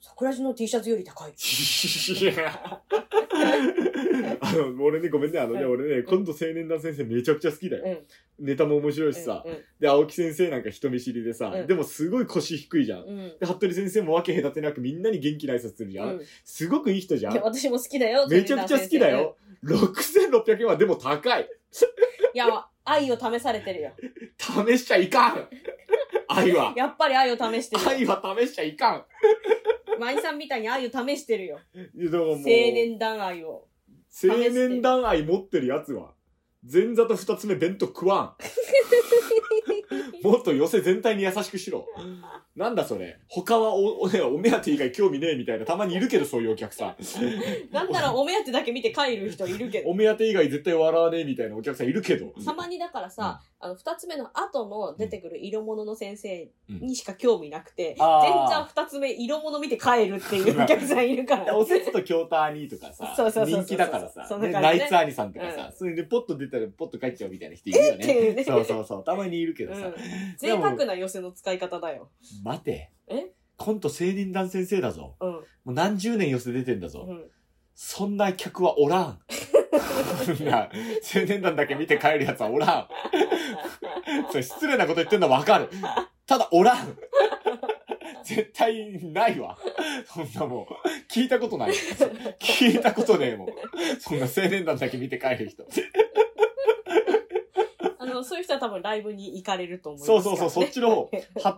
Speaker 1: 桜地の T シャツより高い。
Speaker 2: いやあの、俺ね、ごめんね、あのね、
Speaker 1: うん
Speaker 2: 俺ね、今度青年団先生めちゃくちゃ好きだよ。
Speaker 1: うん。
Speaker 2: ネタも面白いしさ。
Speaker 1: う
Speaker 2: で、青木先生なんか人見知りでさ、
Speaker 1: うん
Speaker 2: でもすごい腰低いじゃん。
Speaker 1: ん。うん。
Speaker 2: で、服部先生も分け隔てなくみんなに元気な挨拶するじゃん。
Speaker 1: うん
Speaker 2: すごくいい人じゃん
Speaker 1: いや。私も好きだよ。
Speaker 2: めちゃくちゃ好きだよ。6600円はでも高い。
Speaker 1: いや、愛を試されてるよ。
Speaker 2: 試しちゃいかん愛は。
Speaker 1: やっぱり愛を試してるよ。
Speaker 2: 愛は試しちゃいかん
Speaker 1: マイさんみたいに愛を試してるよ。
Speaker 2: いやだからもう
Speaker 1: 青年団愛を。
Speaker 2: 青年団愛持ってるやつは前座と二つ目弁当食わ んもっと寄せ全体に優しくしろなんだそれ他はおおねお目当て以外興味ねえみたいなたまにいるけどそういうお客さん
Speaker 1: なんならお目当てだけ見て帰る人いるけど。
Speaker 2: お目当て以外絶対笑わねえみたいなお客さんいるけど
Speaker 1: たまにだからさ、あの、二つ目の後の出てくる色物の先生にしか興味なくて、
Speaker 2: うんあ
Speaker 1: 全
Speaker 2: ー
Speaker 1: 然二つ目色物見て帰るっていうお客さんいるから。
Speaker 2: おせつと京太兄とかさ
Speaker 1: そうそうそうそう
Speaker 2: 人気だからさ、
Speaker 1: そんな
Speaker 2: ね、
Speaker 1: 感じ
Speaker 2: ナ
Speaker 1: ね
Speaker 2: イツ兄さんとかさ、
Speaker 1: う
Speaker 2: それでポッと出たらポッと帰っちゃうみたいな人いるよ
Speaker 1: っていうね
Speaker 2: ねそうそうそうたまにいるけどさ、
Speaker 1: うん贅沢な寄せの使い方だよ。
Speaker 2: 待て
Speaker 1: え
Speaker 2: コント青年団先生だぞ
Speaker 1: うん。
Speaker 2: もう何十年寄せ出てんだぞ、
Speaker 1: うん。
Speaker 2: そんな客はおらん。そんな青年団だけ見て帰るやつはおらん。それ失礼なこと言ってんのはわかる。ただおらん。絶対ないわ。そんなもう、聞いたことない。聞いたことねえもん。そんな青年団だけ見て帰る人。
Speaker 1: あの、そういう人は多分ライブに行かれると思います
Speaker 2: そ
Speaker 1: から、
Speaker 2: う
Speaker 1: ね。
Speaker 2: そうそう、そっちの方。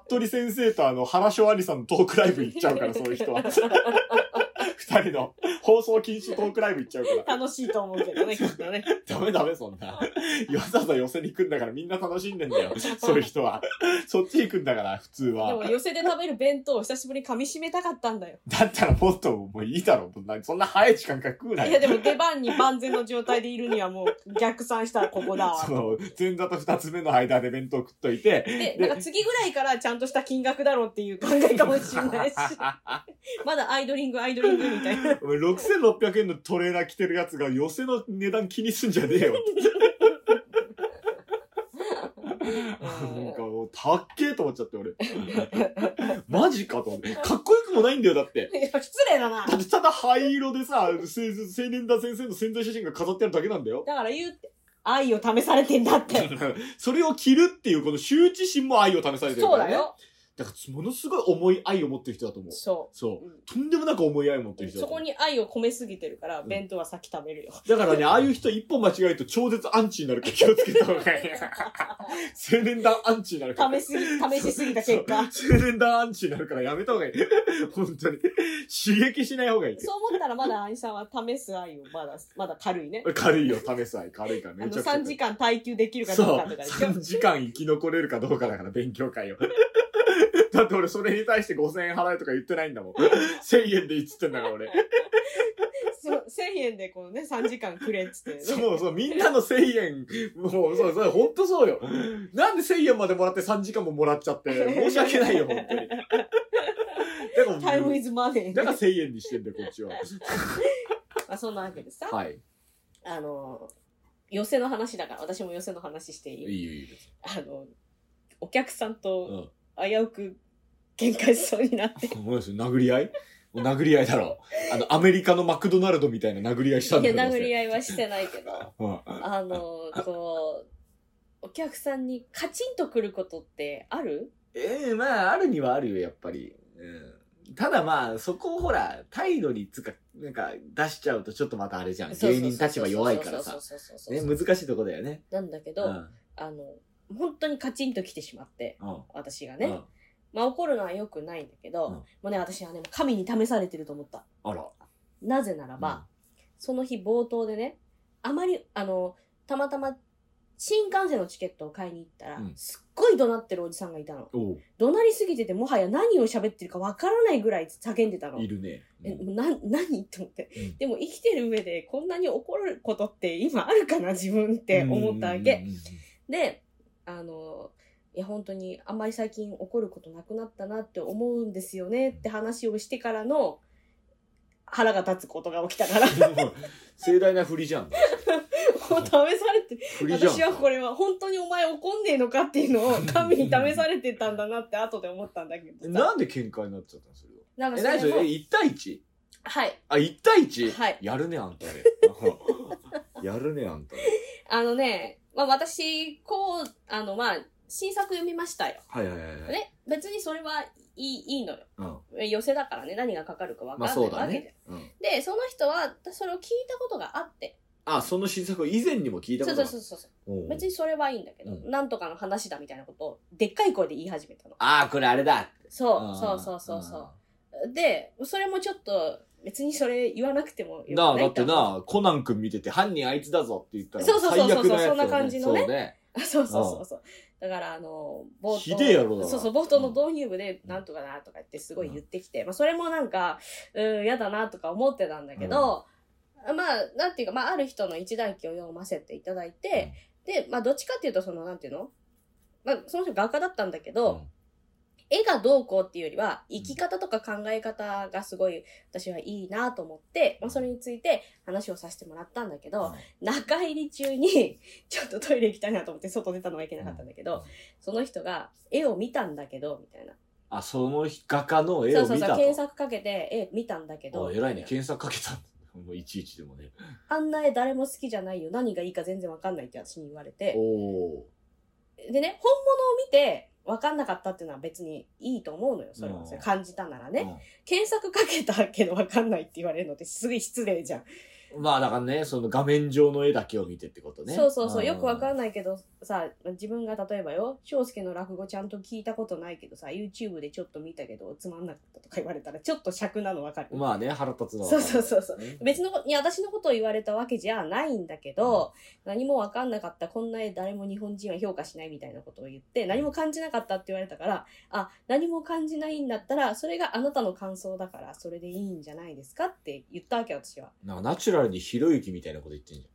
Speaker 2: 服部先生とあの、原翔兄さんのトークライブ行っちゃうから、そういう人は。二人の放送禁止トークライブ行っちゃうか ら。
Speaker 1: 楽しいと思うけどね、きっとね。
Speaker 2: ダメダメそ んな。わざわざ寄せに行くんだからみんな楽しんでんだよ。そういう人は。そっち行くんだから普通
Speaker 1: で
Speaker 2: は
Speaker 1: も。寄せで食べる弁当を久しぶりに噛み締めたかったんだよ。
Speaker 2: だったらもっともういいだろ。そんなそんな早い時間から食うないよ
Speaker 1: やでも出番に万全の状態でいるにはもう逆算したらここだわ
Speaker 2: そ。の前座と二つ目の間で弁当食っとい
Speaker 1: で、
Speaker 2: て。
Speaker 1: なんか次ぐらいからちゃんとした金額だろうっていう考えかもしれ ないし、 まだアイドリングアイドリングみたい な。
Speaker 2: お前6600円のトレーラー着てるやつが寄せの値段気にすんじゃねえよ。なんかもう、たっけえと思っちゃって俺。マジかと思って。かっこよくもないんだよ、だって。
Speaker 1: いや失礼だな。
Speaker 2: だってただ灰色でさ、せ青年団先生の潜在写真が飾ってあるだけなんだよ。
Speaker 1: だから言うって、愛を試されてんだって。
Speaker 2: それを着るっていうこの羞恥心も愛を試されて る
Speaker 1: そ
Speaker 2: か
Speaker 1: う
Speaker 2: ら
Speaker 1: だ
Speaker 2: ね。
Speaker 1: よ。
Speaker 2: だからものすごい重い愛を持ってる人だと思う。
Speaker 1: そ
Speaker 2: そう
Speaker 1: うん
Speaker 2: う。とんでもなく重い愛を持って
Speaker 1: う。
Speaker 2: る人
Speaker 1: そ
Speaker 2: だ
Speaker 1: こ
Speaker 2: と思う。
Speaker 1: に愛を込めすぎてるから、弁当は先食べるよ。
Speaker 2: だからね、ああいう人一歩間違えると超絶アンチになるから気をつけた方が いい。青年団アンチになるから。
Speaker 1: 試しすぎ、試しすぎた結果。
Speaker 2: そう青年団アンチになるからやめた方がいい。本当に。刺激しない方がいい。
Speaker 1: そう思ったらまだ愛さんは試す愛をまだ、まだ軽いね。
Speaker 2: 軽いよ、試す愛。軽いから
Speaker 1: あ
Speaker 2: め
Speaker 1: の、
Speaker 2: ちゃくちゃ軽
Speaker 1: 3
Speaker 2: い。
Speaker 1: 時間耐久できるか
Speaker 2: そ
Speaker 1: どう
Speaker 2: う
Speaker 1: かとかでしょ
Speaker 2: 3時間生き残れるかどうかだから勉強会を だって俺それに対して5000円払えとか言ってないん だもん1000円でいいっつってんだから俺
Speaker 1: そう、1000円でこうね、3時間くれっつって、ね。
Speaker 2: そうそうみんなの1000円もうそうそうほんとそうよなんで1000円までもらって3時間ももらっちゃって申し訳ないよほんとにだか
Speaker 1: タイ
Speaker 2: ら
Speaker 1: ムイズマネー。
Speaker 2: だから1000円にしてんだよこっちは
Speaker 1: まあ、そんなわけでさ、
Speaker 2: はい
Speaker 1: あの寄せの話だから、私も寄せの話していい
Speaker 2: いいよいいよ。
Speaker 1: あの、お客さん
Speaker 2: う
Speaker 1: と
Speaker 2: ん
Speaker 1: 危うく喧嘩しそうになって。
Speaker 2: お前ですよ殴り合いもう殴り合いだろ。あの、アメリカのマクドナルドみたいな殴り合いしたん
Speaker 1: い
Speaker 2: だ
Speaker 1: や、
Speaker 2: よ。
Speaker 1: 殴り
Speaker 2: 合い。
Speaker 1: 合いはしてないけど、
Speaker 2: うん
Speaker 1: あ の、こう、お客さんにカチンとくることってある
Speaker 5: ええまあ、あるにはあるよ、やっぱり。うん。ただまあ、そこをほら、態度につか、なんか出しちゃうとちょっとまたあれじゃん。芸人立場弱いからさ
Speaker 1: そう。そうそうそう
Speaker 5: ね、
Speaker 1: そうそうそうそう
Speaker 5: 難しいとこだよね。
Speaker 1: なんだけ
Speaker 5: う
Speaker 1: ど、
Speaker 5: ん。うん。
Speaker 1: あの、本当にカチンと来てしまって、
Speaker 5: うん
Speaker 1: 私がね。まあ怒るのは良くないんだけど、
Speaker 5: うん
Speaker 1: もうね、私はね、神に試されてると思った。
Speaker 5: あら。
Speaker 1: なぜならば、その日冒頭でね、あまり、あの、たまたま新幹線のチケットを買いに行ったら、
Speaker 2: うん
Speaker 1: すっごい怒鳴ってるおじさんがいたの。
Speaker 2: おう
Speaker 1: 怒鳴りすぎてて、もはや何を喋ってるかわからないぐらい叫んでたの。
Speaker 2: いるね。
Speaker 1: えもうな何と思って、
Speaker 2: うん
Speaker 1: でも生きてる上でこんなに怒ることって今あるかな自分って思ったわけ、
Speaker 2: うんうんうんうん。
Speaker 1: であのいや本当にあんまり最近怒ることなくなったなって思うんですよねって話をしてからの腹が立つことが起きた から
Speaker 2: 盛大な振りじゃん。
Speaker 1: もう試されて
Speaker 2: 振りじゃん。
Speaker 1: 私はこれは本当にお前怒んねえのかっていうのを神に試されてたんだなって後で思ったんだけどさ
Speaker 2: なんで喧嘩になっちゃったのそれは。
Speaker 1: なん
Speaker 2: え、
Speaker 1: かそ
Speaker 2: 何そ
Speaker 1: れも
Speaker 2: れえ、1対 1?
Speaker 1: はい
Speaker 2: あ、1対 1?
Speaker 1: はい
Speaker 2: やるね、あんたね。やるね、あんたね。
Speaker 1: あのね、まあ、私、こう、あの、まあ、新作読みましたよ。
Speaker 2: はいはいはいはい。
Speaker 1: ね、別にそれはいい、いいのよ。
Speaker 2: うん。
Speaker 1: え寄せだからね、何がかかるかわか
Speaker 2: まあ
Speaker 1: らない
Speaker 2: そ
Speaker 1: わ
Speaker 2: うだ
Speaker 1: けで、
Speaker 2: ね。うん。
Speaker 1: で、その人は、それを聞いたことがあって。
Speaker 2: あ、その新作を以前にも聞いた
Speaker 1: そ
Speaker 2: こ
Speaker 1: う
Speaker 2: と
Speaker 1: そう
Speaker 2: が
Speaker 1: そうそう。
Speaker 2: おう
Speaker 1: 別にそれはいいんだけど、
Speaker 2: う
Speaker 1: なんとかの話だみたいなことを、でっかい声で言い始めたの。
Speaker 5: ああ、これあれだ。
Speaker 1: そう、
Speaker 5: ん
Speaker 1: そうそうそうそう。で、それもちょっと、別にそれ言わなくてもよく
Speaker 2: ん
Speaker 1: な
Speaker 2: ないあ、
Speaker 1: と
Speaker 2: だってなあ、コナン君見てて犯人あいつだぞって言ったら、
Speaker 1: そうそうそうそう
Speaker 2: 最悪なやつだよ
Speaker 1: そんな感じのね
Speaker 2: そうね。
Speaker 1: あ そうそうそうそう。だから、あの、冒頭。
Speaker 2: ひでえ野郎だな
Speaker 1: そうそう、冒頭の導入部で、なんとかなとか言ってすごい言ってきて、まあ、それもなんか、うーん、嫌だなとか思ってたんだけど、まあ、なんていうか、まあ、ある人の一代記を読ませていただいて、で、まあ、どっちかっていうと、その、なんていうのまあ、その人画家だったんだけど、絵がどうこうっていうよりは、生き方とか考え方がすごい私はいいなと思って、まあそれについて話をさせてもらったんだけど、中入り中に、 ちょっとトイレ行きたいなと思って外出たのはいけなかったんだけど、その人が絵を見たんだけど、みたいな。
Speaker 2: あ、その画家の絵
Speaker 1: そ
Speaker 2: を
Speaker 1: うそう
Speaker 2: 見
Speaker 1: そ
Speaker 2: た
Speaker 1: う、
Speaker 2: と。
Speaker 1: 検索かけて絵見たんだけど
Speaker 2: あ、、偉いね。検索かけたんだ。もういちいちでもね。
Speaker 1: あんな絵誰も好きじゃないよ。何がいいか全然わかんないって私に言われて、
Speaker 2: お
Speaker 1: でね、本物を見て、わかんなかったっていうのは別にいいと思うのよ。それはそれ
Speaker 2: うん
Speaker 1: 感じたならね。
Speaker 2: ね。
Speaker 1: 検索かけたけどわかんないって言われるのってすごい失礼じゃん。
Speaker 2: うんまあだからね、その画面上の絵だけを見てってことね。
Speaker 1: そうそうそう。よくわか
Speaker 2: い。
Speaker 1: んないけどさ、自分が例えばよ、翔介の落語ちゃんと聞いたことないけどさ、YouTube でちょっと見たけどつまんなかったとか言われたらちょっと尺なのわかる。
Speaker 2: まあね、腹立つのは
Speaker 1: そうそうそうそう。
Speaker 2: ね
Speaker 1: 別のことに私のことを言われたわけじゃないんだけど、何もわかんなかった、こんな絵誰も日本人は評価しないみたいなことを言って、何も感じなかったって言われたから、あ、何も感じないんだったら、それがあなたの感想だから、それでいいんじゃないですかって言ったわけ、私は。
Speaker 2: なんかナチュラルにひろゆきみたいなこと言ってんじゃん。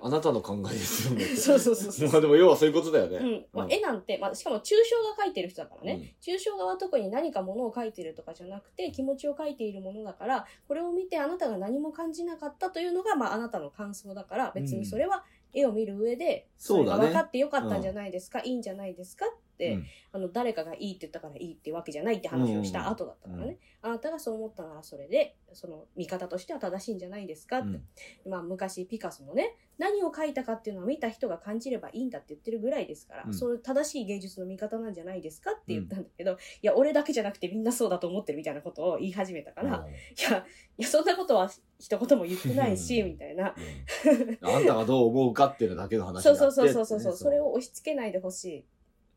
Speaker 2: あなたの考えですよね。
Speaker 1: そうそうそうそう
Speaker 2: まあでも要はそういうことだよね。
Speaker 1: うんまあ
Speaker 2: う、ん
Speaker 1: 絵なんて、まあ、しかも抽象画描いてる人だからね、抽象画は特に何かものを描いてるとかじゃなくて気持ちを描いているものだからこれを見てあなたが何も感じなかったというのが、まあ、あなたの感想だから別にそれは絵を見る上で、
Speaker 2: そう
Speaker 1: れ
Speaker 2: だ
Speaker 1: が
Speaker 2: ね
Speaker 1: 分かってよかったんじゃないですか、いいんじゃないですかって、
Speaker 2: うん
Speaker 1: あの誰かがいいって言ったからいいってわけじゃないって話をした後だったからね、
Speaker 2: うんう
Speaker 1: あなたがそう思ったならそれでその見方としては正しいんじゃないですか
Speaker 2: う
Speaker 1: って、
Speaker 2: ん。
Speaker 1: まあ、昔ピカソもね何を描いたかっていうのは見た人が感じればいいんだって言ってるぐらいですから、
Speaker 2: うん
Speaker 1: そういう正しい芸術の見方なんじゃないですかって言ったんだけど、いや俺だけじゃなくてみんなそうだと思ってるみたいなことを言い始めたから、いやいやそんなことは一言も言ってないしみたいな。
Speaker 2: うんあんたがどう思うかっていうのだけの話で
Speaker 1: そ
Speaker 2: あ
Speaker 1: う
Speaker 2: って
Speaker 1: そうそうそうそうそう、
Speaker 2: ね
Speaker 1: それを押し付けないでほしい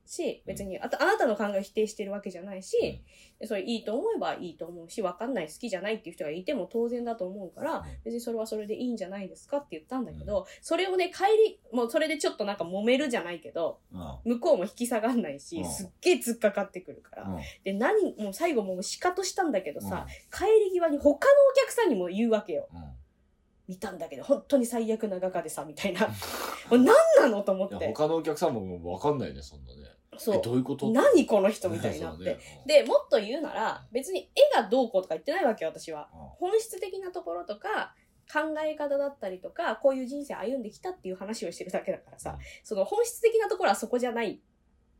Speaker 1: し別にあとあなたの考えを否定してるわけじゃないし、それいいと思えばいいと思うし分かんない好きじゃないっていう人がいても当然だと思うから別にそれはそれでいいんじゃないですかって言ったんだけど、それをね帰りもうそれでちょっとなんか揉めるじゃないけど
Speaker 2: うんうん
Speaker 1: 向こうも引き下がんないし、
Speaker 2: うん
Speaker 1: すっげえ突っかかってくるから、
Speaker 2: うん
Speaker 1: で何もう最後もうシカとしたんだけどさ、
Speaker 2: う
Speaker 1: 帰り際に他のお客さんにも言うわけよ。
Speaker 2: うん
Speaker 1: 見たんだけど本当に最悪な画家でさみたいな もう何なのと思っ
Speaker 2: いや
Speaker 1: て
Speaker 2: 他のお客さんももう分かんないよねそんなね
Speaker 1: そ
Speaker 2: えどういうこ
Speaker 1: う
Speaker 2: と
Speaker 1: 何この人みたいになっ
Speaker 2: そう
Speaker 1: て、
Speaker 2: ね
Speaker 1: でもっと言うなら別に絵がどうこうとか言ってないわけよ私は
Speaker 2: うん
Speaker 1: 本質的なところとか考え方だったりとか、こういう人生歩んできたっていう話をしてるだけだからさ、その本質的なところはそこじゃない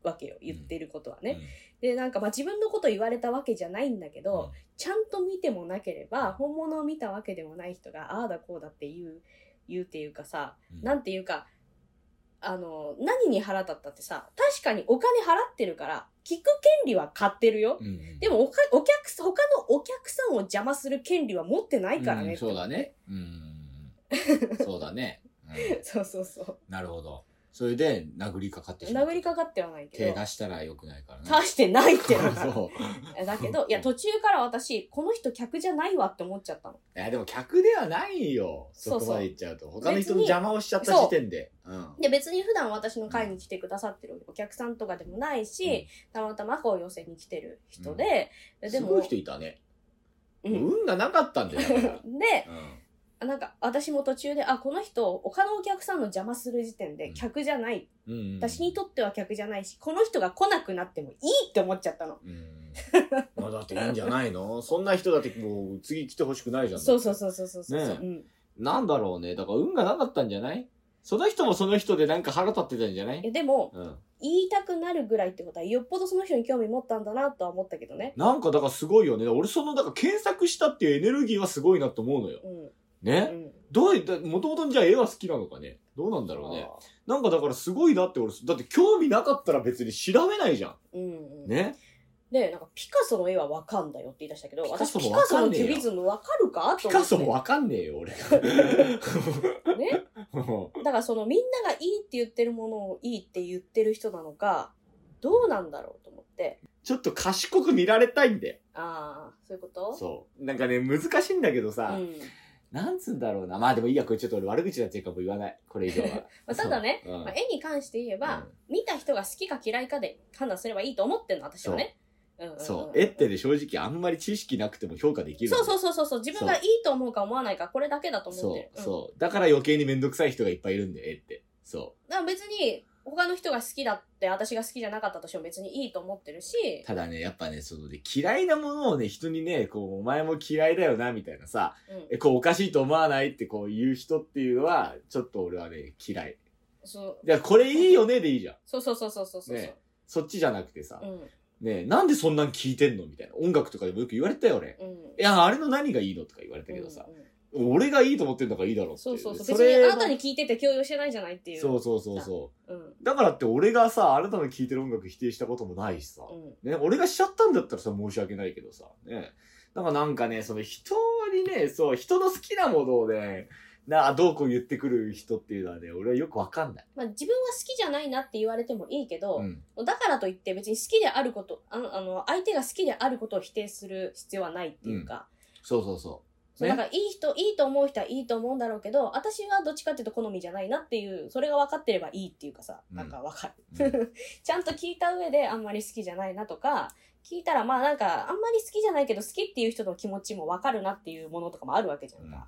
Speaker 1: わけよ、言ってることはね。で、なんかまあ自分のこと言われたわけじゃないんだけど、
Speaker 2: うん
Speaker 1: ちゃんと見てもなければ、本物を見たわけでもない人が、ああだこうだって言う、言うっていうかさ、
Speaker 2: うん
Speaker 1: なんていうか、あの、何に腹立ったってさ、確かにお金払ってるから、聞く権利は買ってるよ。
Speaker 2: うん
Speaker 1: でもおか、お客さん、他のお客さんを邪魔する権利は持ってないからね。
Speaker 2: うんそうだね。 うん。そうだね。うん
Speaker 1: そうそうそう。
Speaker 2: なるほど。それで、殴りかかってしまう。
Speaker 1: 殴りかかってはないけ
Speaker 2: 手
Speaker 1: ど。
Speaker 2: 出したら良くないからね。
Speaker 1: 出してないってな。
Speaker 2: そう。
Speaker 1: だけど、いや、途中から私、この人客じゃないわって思っちゃったの。
Speaker 2: いや、でも客ではないよ。
Speaker 1: そ
Speaker 2: そう
Speaker 1: そう
Speaker 2: こまで行っちゃうと。他の人の邪魔をしちゃった時点で。うん。
Speaker 1: で、別に普段私の会に来てくださってるお客さんとかでもないし、たまたまこう寄せに来てる人で、ですも、
Speaker 2: ごい人いたね。
Speaker 1: うん
Speaker 2: 運がなかったんだよ。だから
Speaker 1: で、
Speaker 2: うん
Speaker 1: なんか私も途中で、あ、この人、他のお客さんの邪魔する時点で客じゃない。
Speaker 2: うん
Speaker 1: 私にとっては客じゃないし、この人が来なくなってもいいって思っちゃったの。
Speaker 2: うん。まあだっていいんじゃない のそんな人だってもう次来てほしくないじゃん。
Speaker 1: そうそうそうそうそうそう。
Speaker 2: ねえ
Speaker 1: うん。
Speaker 2: なんだろうね。だから運がなかったんじゃないその人もその人でなんか腹立ってたんじゃない
Speaker 1: や
Speaker 2: い
Speaker 1: でも、
Speaker 2: うん。
Speaker 1: 言いたくなるぐらいってことは、よっぽどその人に興味持ったんだなとは思ったけどね。
Speaker 2: なんかだからすごいよね。俺その、だから検索したっていうエネルギーはすごいなと思うのよ。
Speaker 1: うん。う
Speaker 2: ね
Speaker 1: ん。
Speaker 2: どういった、もともとじゃあ絵は好きなのかねどうなんだろうね。なんかだからすごいなって俺、だって興味なかったら別に調べないじゃ。
Speaker 1: うん、うんん。
Speaker 2: ね
Speaker 1: で、なんかピカソの絵はわかんだよって言い出したけど、
Speaker 2: ピカ
Speaker 1: 私
Speaker 2: ソ
Speaker 1: ピ
Speaker 2: も
Speaker 1: カ
Speaker 2: わか
Speaker 1: ソの
Speaker 2: んねえ
Speaker 1: キ
Speaker 2: よ
Speaker 1: ュビズムわかるかと
Speaker 2: ピ
Speaker 1: 思って。
Speaker 2: カソもわかんねえよ、俺。
Speaker 1: ね。だからそのみんながいいって言ってるものをいいって言ってる人なのか、どうなんだろうと思って。
Speaker 2: ちょっと賢く見られたいんだよ。
Speaker 1: ああ、そういうこと
Speaker 2: そう。なんかね、難しいんだけどさ、
Speaker 1: うん。
Speaker 2: なんつうんだろうな。まあでもいいや、これちょっと俺悪口だっていうかもう言わない。これ以上は。
Speaker 1: まあ、ただね、
Speaker 2: そううん
Speaker 1: まあ、絵に関して言えば、見た人が好きか嫌いかで判断すればいいと思ってんの、私はね。うんんん
Speaker 2: そう。絵ってね、正直あんまり知識なくても評価できる。
Speaker 1: そうそうそうそうそう。自分がいいと思うか思わないか、これだけだと思っ
Speaker 2: そ
Speaker 1: てる。
Speaker 2: う、
Speaker 1: ん
Speaker 2: そう。だから余計にめんどくさい人がいっぱいいるんだよ、絵って。そ
Speaker 1: だから別に、他の人が好きだって、私が好きじゃなかったとしても別にいいと思ってる
Speaker 2: う。
Speaker 1: し、
Speaker 2: ただね、やっぱね、そのね、嫌いなものをね、人にね、こう、お前も嫌いだよな、みたいなさ、
Speaker 1: うん
Speaker 2: え、こう、おかしいと思わないってこう言う人っていうのは、ちょっと俺はね、嫌い。
Speaker 1: そう
Speaker 2: いや、これいいよね、でいいじゃん。
Speaker 1: そうそうそうそうそうそう。
Speaker 2: ねそっちじゃなくてさ
Speaker 1: う、ん。
Speaker 2: ねなんでそんなん聞いてんのみたいな。音楽とかでもよく言われたよ、俺。
Speaker 1: うん。
Speaker 2: いや、あれの何がいいのとか言われたけどさ、
Speaker 1: うんうん
Speaker 2: 俺がいいと思ってんだからいいだろうってい
Speaker 1: そうそうそう。
Speaker 2: そ
Speaker 1: 別に
Speaker 2: れ
Speaker 1: あ
Speaker 2: は
Speaker 1: なたに聞いてて強要してないじゃないっていう。
Speaker 2: そうそうそうそう。
Speaker 1: う。うん。
Speaker 2: だからって俺がさ、あなたの聴いてる音楽否定したこともないしさ。
Speaker 1: うん。
Speaker 2: ね、俺がしちゃったんだったらさ、申し訳ないけどさ。ね。だからなんかね、その人にね、そう、人の好きなものをね、なあ、どうこう言ってくる人っていうのはね、俺はよくわかんない。
Speaker 1: まあ自分は好きじゃないなって言われてもいいけど、
Speaker 2: ん。
Speaker 1: だからといって別に好きであること、あの、あの相手が好きであることを否定する必要はないっていうか、
Speaker 2: そうそうそ
Speaker 1: そう
Speaker 2: ね
Speaker 1: なんかいい人、いいと思う人はいいと思うんだろうけど、私はどっちかっていうと好みじゃないなっていう、それが分かってればいいっていうかさ、
Speaker 2: うん
Speaker 1: なんか分か
Speaker 2: う
Speaker 1: る。 ちゃんと聞いた上であんまり好きじゃないなとか、聞いたらまあなんかあんまり好きじゃないけど好きっていう人の気持ちも分かるなっていうものとかもあるわけじゃんか。
Speaker 2: うん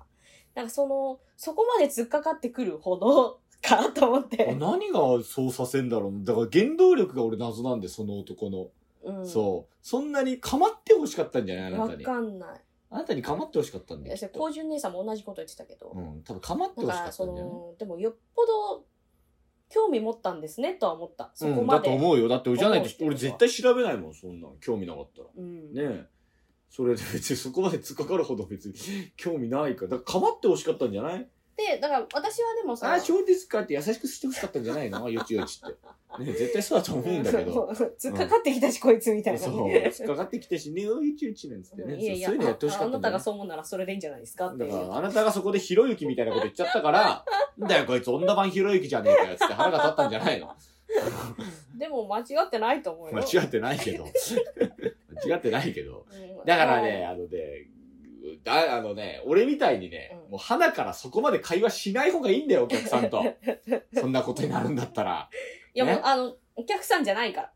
Speaker 1: なんかその、そこまで突っかかってくるほどかと思っ
Speaker 2: う。あ
Speaker 1: て。
Speaker 2: 何がそうさせんだろうだから原動力が俺謎なんで、その男の。
Speaker 1: うん、
Speaker 2: そう。そんなに構ってほしかったんじゃないあなた
Speaker 1: 分
Speaker 2: に。
Speaker 1: かんない。
Speaker 2: あなたに構ってほしかったんだよ。
Speaker 1: え
Speaker 2: き
Speaker 1: そ
Speaker 2: っ
Speaker 1: れ、
Speaker 2: と
Speaker 1: 高純姉さんも同じこと言ってたけど。
Speaker 2: うん。多分構って
Speaker 1: だ
Speaker 2: ほ
Speaker 1: か、
Speaker 2: しからった
Speaker 1: そ
Speaker 2: んじゃない
Speaker 1: の、でもよっぽど興味持ったんですねとは思った。そこ
Speaker 2: うん、
Speaker 1: ま
Speaker 2: だ
Speaker 1: で。
Speaker 2: と思うよだって俺じゃないと
Speaker 1: 思う
Speaker 2: 俺絶対調べないもんそんなん興味なかったら
Speaker 1: うん
Speaker 2: ねえそれで別にそこまで突っかかるほど別に興味ないからだから構ってほしかったんじゃない
Speaker 1: で、だから私はでも
Speaker 2: あ
Speaker 1: さ、
Speaker 2: あそうですかって優しくしてほしかったんじゃないのよちよちって、ねえ、絶対 そうだと思うんだけど
Speaker 1: そう突っかかってきたし、こいつみたいなね。
Speaker 2: そう突っかかってきてしねえよよちよちなんつってね
Speaker 1: いやいや、
Speaker 2: そうそういうのやってほし
Speaker 1: あ
Speaker 2: か
Speaker 1: あ
Speaker 2: っ
Speaker 1: な
Speaker 2: たんだ
Speaker 1: た
Speaker 2: よ
Speaker 1: がそう思うならそれでいいんじゃないですかって
Speaker 2: だ
Speaker 1: いう
Speaker 2: から、あなたがそこでひろゆきみたいなこと言っちゃった から、なんだよ、こいつ、女版ひろゆきじゃねえかよ、つって腹が立ったんじゃない の
Speaker 1: でも間違ってないと思うよ。
Speaker 2: 間違ってないけ ど。間違ってないけど。
Speaker 1: うん
Speaker 2: だからね、、あのね、だあのね、俺みたいにね、
Speaker 1: うん
Speaker 2: もう花からそこまで会話しない方がいいんだよ、お客さ んと。そんなことになるんだったら。
Speaker 1: いやもう
Speaker 2: ね、
Speaker 1: あの、お客さんじゃないから。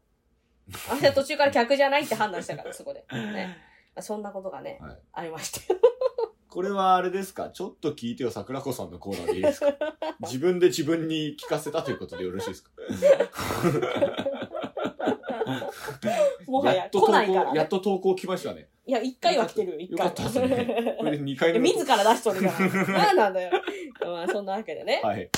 Speaker 1: あなた途中から客じゃないって判断したから、そこで。ね。まあそんなことがね
Speaker 2: はい、
Speaker 1: ありましたよ。
Speaker 2: これはあれですかちょっと聞いてよ、桜子さんのコーナーでいいで すか自分で自分に聞かせたということでよろしいですか
Speaker 1: もは
Speaker 2: やっ
Speaker 1: や
Speaker 2: と
Speaker 1: 来
Speaker 2: 投
Speaker 1: ないから
Speaker 2: 稿、や
Speaker 1: ね
Speaker 2: っ。と投稿来ましたね。
Speaker 1: いや、一回は来てるよ、一
Speaker 2: よか
Speaker 1: 回
Speaker 2: った ですね。これで2回目の。
Speaker 1: 自ら出しとる から。なんなんだよ。まあ、そんなわけでね。
Speaker 2: はい。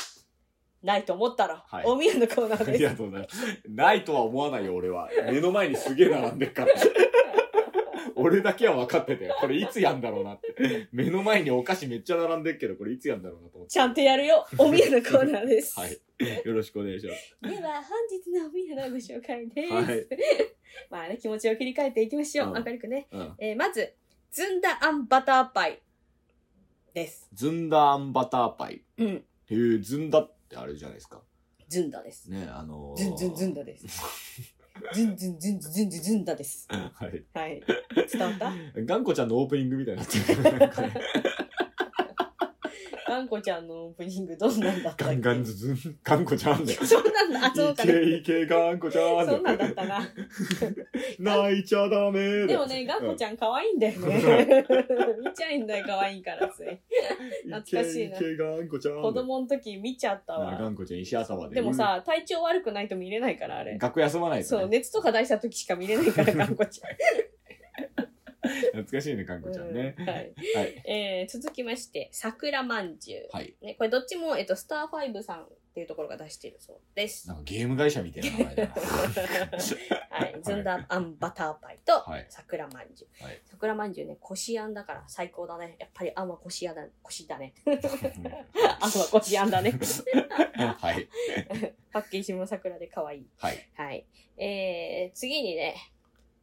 Speaker 1: ないと思ったら、
Speaker 2: はい
Speaker 1: おみやのコーナ
Speaker 2: あ
Speaker 1: ー
Speaker 2: り
Speaker 1: で
Speaker 2: が
Speaker 1: す。
Speaker 2: とうございます。ないとは思わないよ、俺は。目の前にすげえ並んでっから。俺だけは分かってたよ。これいつやんだろうなって。目の前にお菓子めっちゃ並んでっけど、これいつやんだろうなと思って。
Speaker 1: ちゃんとやる よ、おみやのコーナーです。
Speaker 2: はい。よろしくお願いします。
Speaker 1: では、本日のおみやのご紹介です。
Speaker 2: はい
Speaker 1: まあね、気持ちを切り替えていきましょう。
Speaker 2: うん
Speaker 1: 明るくね。
Speaker 2: うん。
Speaker 1: えーまず、ずんだあんバターパイです。
Speaker 2: ずんだあんバターパイ。
Speaker 1: うん。
Speaker 2: へえ、ずんだってあれじゃないですか。
Speaker 1: ずんだです。
Speaker 2: ね、あのー
Speaker 1: ずんずんずんだです。ずんずんずんずんずんずんずんだです。
Speaker 2: はい。
Speaker 1: はい。伝わ った
Speaker 2: がんこちゃんのオープニングみたいになってるから。これ
Speaker 1: あんこちゃんのオープニングどんなんだったっ
Speaker 2: ガ
Speaker 1: け
Speaker 2: ンガンズズン、ガンコちゃんだよ。
Speaker 1: そんなんだ、あ、そう
Speaker 2: い
Speaker 1: かな。
Speaker 2: けいけガンコちゃんだ
Speaker 1: そ
Speaker 2: よ
Speaker 1: んなんだった な。
Speaker 2: 泣いちゃダメだよ
Speaker 1: でもね、ガンコちゃん可愛いんだよね。 見ちゃいんだよ、可愛いからつい。懐かしいな
Speaker 2: けけがんこちゃんだよ。
Speaker 1: 子供の時見ちゃった
Speaker 2: あが
Speaker 1: わ。
Speaker 2: んこちゃん石頭で。
Speaker 1: でも、さ、体調悪くないと見れないから、あれ。
Speaker 2: 学校休まない
Speaker 1: そ
Speaker 2: と
Speaker 1: う、
Speaker 2: ね。
Speaker 1: 熱とか出した時しか見れない から、ガンコちゃん。
Speaker 2: 懐かしいね、がんこちゃんね
Speaker 1: う。んはい
Speaker 2: はい。
Speaker 1: えー続きまして、桜まんじゅう。
Speaker 2: はい。
Speaker 1: ね、これどっちも、えっと、スターファイブさんっていうところが出しているそうです
Speaker 2: な。んかゲーム会社みたいな名前だな。
Speaker 1: はい、ずんだあんバターパイと
Speaker 2: はい
Speaker 1: 桜まんじゅう
Speaker 2: はい。
Speaker 1: 桜まんじゅうね、こしあんだから最高だね。やっぱりあんはこしあんだ、こしだね。あんはこしあんだね。
Speaker 2: はい。
Speaker 1: パッケージも桜で可愛い。
Speaker 2: はい。
Speaker 1: はい。えー、次にね、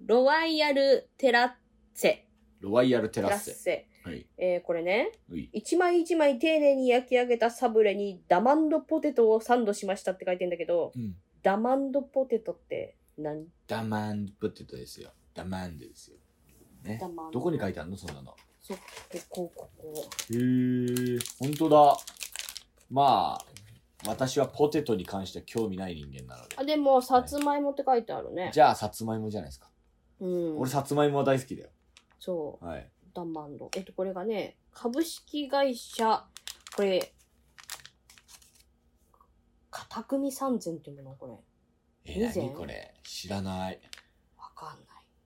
Speaker 1: ロワイヤルテラッツェ。
Speaker 2: ロワイヤルテ
Speaker 1: テ
Speaker 2: ラッセ。はい。
Speaker 1: えー、これね
Speaker 2: うい、
Speaker 1: 一枚一枚丁寧に焼き上げたサブレにダマンドポテトをサンドしましたって書いてんだけど、
Speaker 2: うん
Speaker 1: ダマンドポテトって何
Speaker 2: ダマンドポテトですよ。ダマンドですよ。ね
Speaker 1: ダマンド
Speaker 2: どこに書いてあるのそんなの。
Speaker 1: ここ、ここ。
Speaker 2: へえ、本当だ。まあ、私はポテトに関しては興味ない人間なので。
Speaker 1: あ、でも、さつまいもって書いてあるね。
Speaker 2: じゃあ、さつまいもじゃないですか。
Speaker 1: うん。
Speaker 2: 俺、さつまいもは大好きだよ。
Speaker 1: そう。
Speaker 2: はい。
Speaker 1: ダマンド。えっと、これがね、株式会社、これ、片組三千っていうものこれ。
Speaker 2: え
Speaker 1: 以前
Speaker 2: ー、何これ知らない。
Speaker 1: わかんない。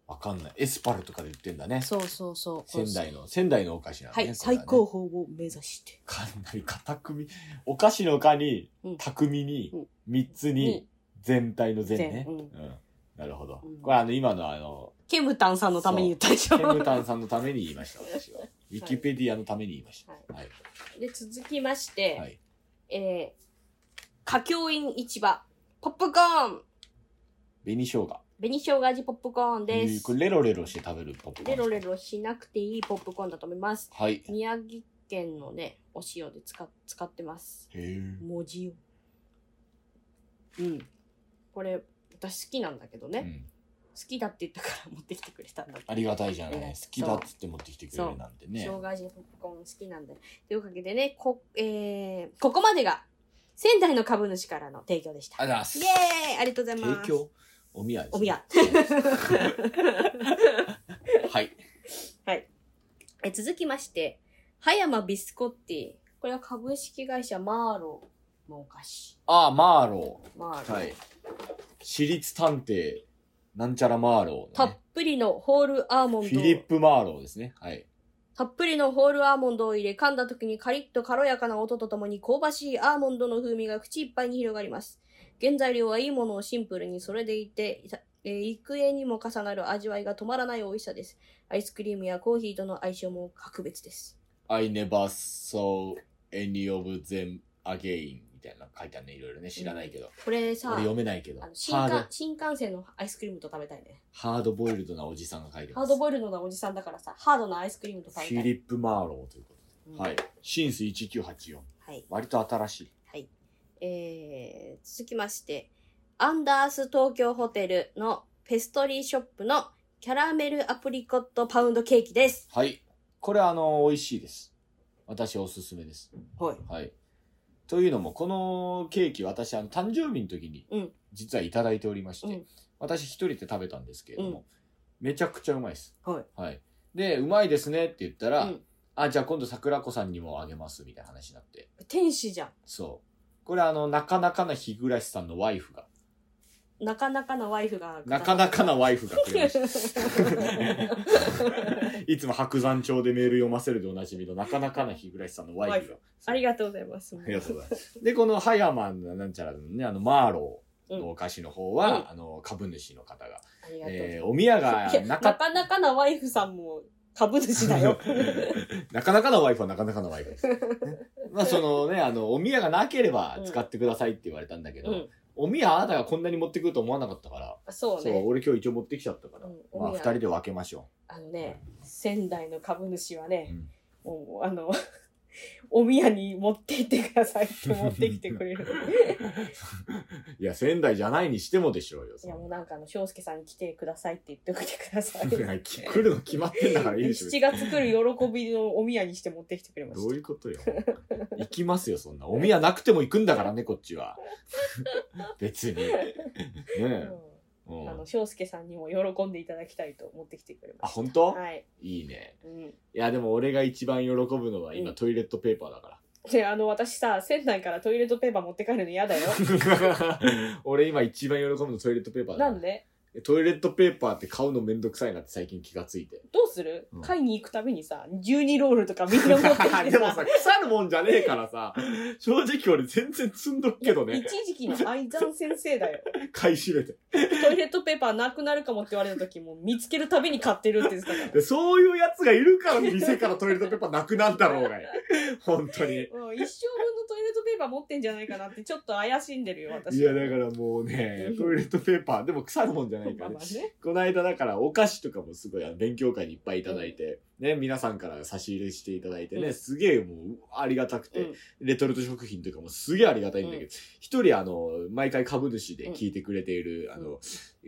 Speaker 2: わかんない。エスパルとかで売ってんだね。
Speaker 1: そうそうそう。
Speaker 2: 仙台の、仙台のお菓子なの
Speaker 1: は
Speaker 2: ね。
Speaker 1: い、
Speaker 2: これはね
Speaker 1: 最高。峰を目指して。
Speaker 2: かなり片組。お菓子のかに
Speaker 1: うん、
Speaker 2: 巧みに
Speaker 1: うん、
Speaker 2: 三つに、全体の全ね。
Speaker 1: 全うん
Speaker 2: うん。なるほど
Speaker 1: うん。
Speaker 2: これ、あの、今のあの、
Speaker 1: ケムタンさんのために言ったでしょ
Speaker 2: ケ。ムタンさんのために言い ました、私は。ウィキペディアのために言いました。はい。
Speaker 1: で、続きまして、
Speaker 2: はい
Speaker 1: えー、歌教員市場、ポップコーン
Speaker 2: 紅生姜。
Speaker 1: 紅生姜味ポップコーンで
Speaker 2: うんこ
Speaker 1: す
Speaker 2: れ。レロレロして食べるポップコー
Speaker 1: レ
Speaker 2: ン。
Speaker 1: ロレロしなくていいポップコーンだと思います。
Speaker 2: はい。へ
Speaker 1: 宮城県のね、お塩で使っ使ってます。
Speaker 2: え。
Speaker 1: 文字を。うん。これ、私好きなんだけどね。
Speaker 2: うん
Speaker 1: 好きだって言ったから持ってきてくれたんだけど
Speaker 2: ありがたいじゃな
Speaker 1: うん
Speaker 2: い。好きだっつって持ってきてくれるなんてね
Speaker 1: 生。姜味のポップコーン好きなんで。というおかげでね、こ、えー、ここまでが、仙台の株主からの提供でした。
Speaker 2: あ
Speaker 1: イ
Speaker 2: りがとうござい
Speaker 1: エーイありがとうござい
Speaker 2: ます。
Speaker 1: ます。
Speaker 2: 提供おみやですね
Speaker 1: おみや。
Speaker 2: はい。
Speaker 1: え続きまして、葉山ビスコッティ。これは株式会社マーローのお菓子。
Speaker 2: ああ、マーロ
Speaker 1: マー
Speaker 2: ー。
Speaker 1: ロー。
Speaker 2: はい。私立探偵、なんちゃらマーロー
Speaker 1: た
Speaker 2: の
Speaker 1: っ
Speaker 2: ね。
Speaker 1: ぷりのホールアーモ
Speaker 2: フ
Speaker 1: ン
Speaker 2: ィリッ
Speaker 1: ドを。
Speaker 2: プ・マーローですね。はい。
Speaker 1: たっぷりのホールアーモンドを入れ、噛んだ時にカリッと軽やかな音とともに香ばしいアーモンドの風味が口いっぱいに広がります。原材料はいいものをシンプルにそれでいて、いたえー幾重にも重なる味わいが止まらない美味しさです。アイスクリームやコーヒーとの相性も格別です。
Speaker 2: I never saw any of them again. みたいなの書いてあるね。いろいろね。知らないけど。
Speaker 1: これさ、
Speaker 2: 俺読めないけ
Speaker 1: あ
Speaker 2: ど。ハ
Speaker 1: の新
Speaker 2: ード
Speaker 1: 幹、新幹線のアイスクリームと食べたいね。
Speaker 2: ハードボイルドなおじさんが書いて
Speaker 1: ハ
Speaker 2: ま
Speaker 1: ー
Speaker 2: す
Speaker 1: ド。ボイルドなおじさんだからさ、ハードなアイスクリームと
Speaker 2: フ
Speaker 1: 食べ
Speaker 2: ィ
Speaker 1: たい。
Speaker 2: リップ・マーローということ
Speaker 1: うん
Speaker 2: で。はい。。シンス1984。
Speaker 1: はい。
Speaker 2: 割と新しい。
Speaker 1: えー、続きまして、アンダース東京ホテルのペストリーショップのキャラメルアプリコットパウンドケーキです。
Speaker 2: はい。これ、あの、美味しいです。私、おすすめです。
Speaker 1: はい。
Speaker 2: はい。というのも、このケーキ、私、あの、誕生日の時に
Speaker 1: うん、
Speaker 2: 実はいただいておりまして、
Speaker 1: うん
Speaker 2: 私一人で食べたんですけれども、
Speaker 1: う
Speaker 2: めちゃくちゃうまいです。。
Speaker 1: はい
Speaker 2: で、うまいですねって言ったら、
Speaker 1: うん
Speaker 2: あ、じゃあ今度桜子さんにもあげます、みたいな話になって。
Speaker 1: 天使じゃん。
Speaker 2: そう。これ、あの、なかなかな日暮さんのワイフが
Speaker 1: なかなかなワイフが。
Speaker 2: なかなかなワイフがくれました。
Speaker 1: ワ
Speaker 2: いつも白山町でメール読ませるでおなじみのなかなかな日暮さんのワイフが。
Speaker 1: ありがとうございます。
Speaker 2: ありがとうございます。で、このハヤマンのなんちゃらのね、あの、マーローのお菓子の方は、
Speaker 1: うん
Speaker 2: あの、株主の方が、
Speaker 1: ありがとうござい
Speaker 2: えー、お宮
Speaker 1: ま
Speaker 2: が
Speaker 1: す。いや、
Speaker 2: な
Speaker 1: な
Speaker 2: かっ
Speaker 1: かなかなワイフさんも株主だよ。
Speaker 2: なかなかのワイフはなかなかのワイフです。ねまあそのね、あの、お宮がなければ使ってくださいって言われたんだけ ど、
Speaker 1: うん
Speaker 2: お宮あなたがこんなに持ってくると思わなかったから、
Speaker 1: そう
Speaker 2: そう、
Speaker 1: ね。
Speaker 2: 俺今日一応持ってきちゃったから、
Speaker 1: うん
Speaker 2: ま
Speaker 1: お
Speaker 2: あ二
Speaker 1: 宮
Speaker 2: 人で分けましょ
Speaker 1: あのね、仙台の株主はね
Speaker 2: うん、
Speaker 1: もうあの、 お宮に持って行ってください って持ってきてくれる。
Speaker 2: う。いや、仙台じゃないにしてもでしょうよ。
Speaker 1: いやもうなんかあの、翔介さんに来てくださいって言っておいてください。
Speaker 2: いや来るの決まってんだからいいでしょ。別
Speaker 1: 7
Speaker 2: に
Speaker 1: 月来る喜びのお宮にして持ってきてくれま
Speaker 2: ど
Speaker 1: し
Speaker 2: ういうことよ。行きますよ、そんな。お宮なくても行くんだからね、こっ ちは。別に。ね
Speaker 1: た。
Speaker 2: え。
Speaker 1: う
Speaker 2: うん
Speaker 1: あの、
Speaker 2: ん、
Speaker 1: 翔介さんにも喜んでいただきたいと持ってきてくれ
Speaker 2: あ、
Speaker 1: まし
Speaker 2: 本当
Speaker 1: た。、はい。
Speaker 2: いいね。
Speaker 1: うん。
Speaker 2: いや、でも俺が一番喜ぶのは今、
Speaker 1: うん
Speaker 2: トイレットペーパーだから。
Speaker 1: で、あの、私さ、仙台からトイレットペーパー持って帰るの嫌 だよ。
Speaker 2: 俺今一番喜ぶのトイレットペーパーだ
Speaker 1: なんで
Speaker 2: トイレットペーパーって買うのめんどくさいなって最近気がついて
Speaker 1: どうする、
Speaker 2: うん
Speaker 1: 買いに行くたびにさ、12ロールとかみんな持ってきて
Speaker 2: でも
Speaker 1: さ
Speaker 2: さ、腐るもんじゃねえからさ正直俺全然積んどくけどね
Speaker 1: 一時期の愛山先生だよ。
Speaker 2: 買い占めて
Speaker 1: トイレットペーパーなくなるかもって言われた時も、見つけるたびに買ってるって言ってたか
Speaker 2: でそういうやつがいるから店からトイレットペーパーなくなんだろうが い本当
Speaker 1: ら。う
Speaker 2: に
Speaker 1: ん、一生分のトイレットペーパー持ってんじゃないかなって、ちょっと怪しんでるよ、私。
Speaker 2: いやだからもうねトイレットペーパーでも腐るもんじゃない
Speaker 1: まあ
Speaker 2: から、ね
Speaker 1: まあ、ね。
Speaker 2: この間だからお菓子とかもすごいあの勉強会にいっぱいいただいて、ね、皆さんから差し入れしていただいてね、
Speaker 1: うん
Speaker 2: すげえもうありがたくて、
Speaker 1: うん
Speaker 2: レトルト食品とかもすげえありがたいんだけ
Speaker 1: う
Speaker 2: ど、一、人あの、毎回株主で聞いてくれている、あの、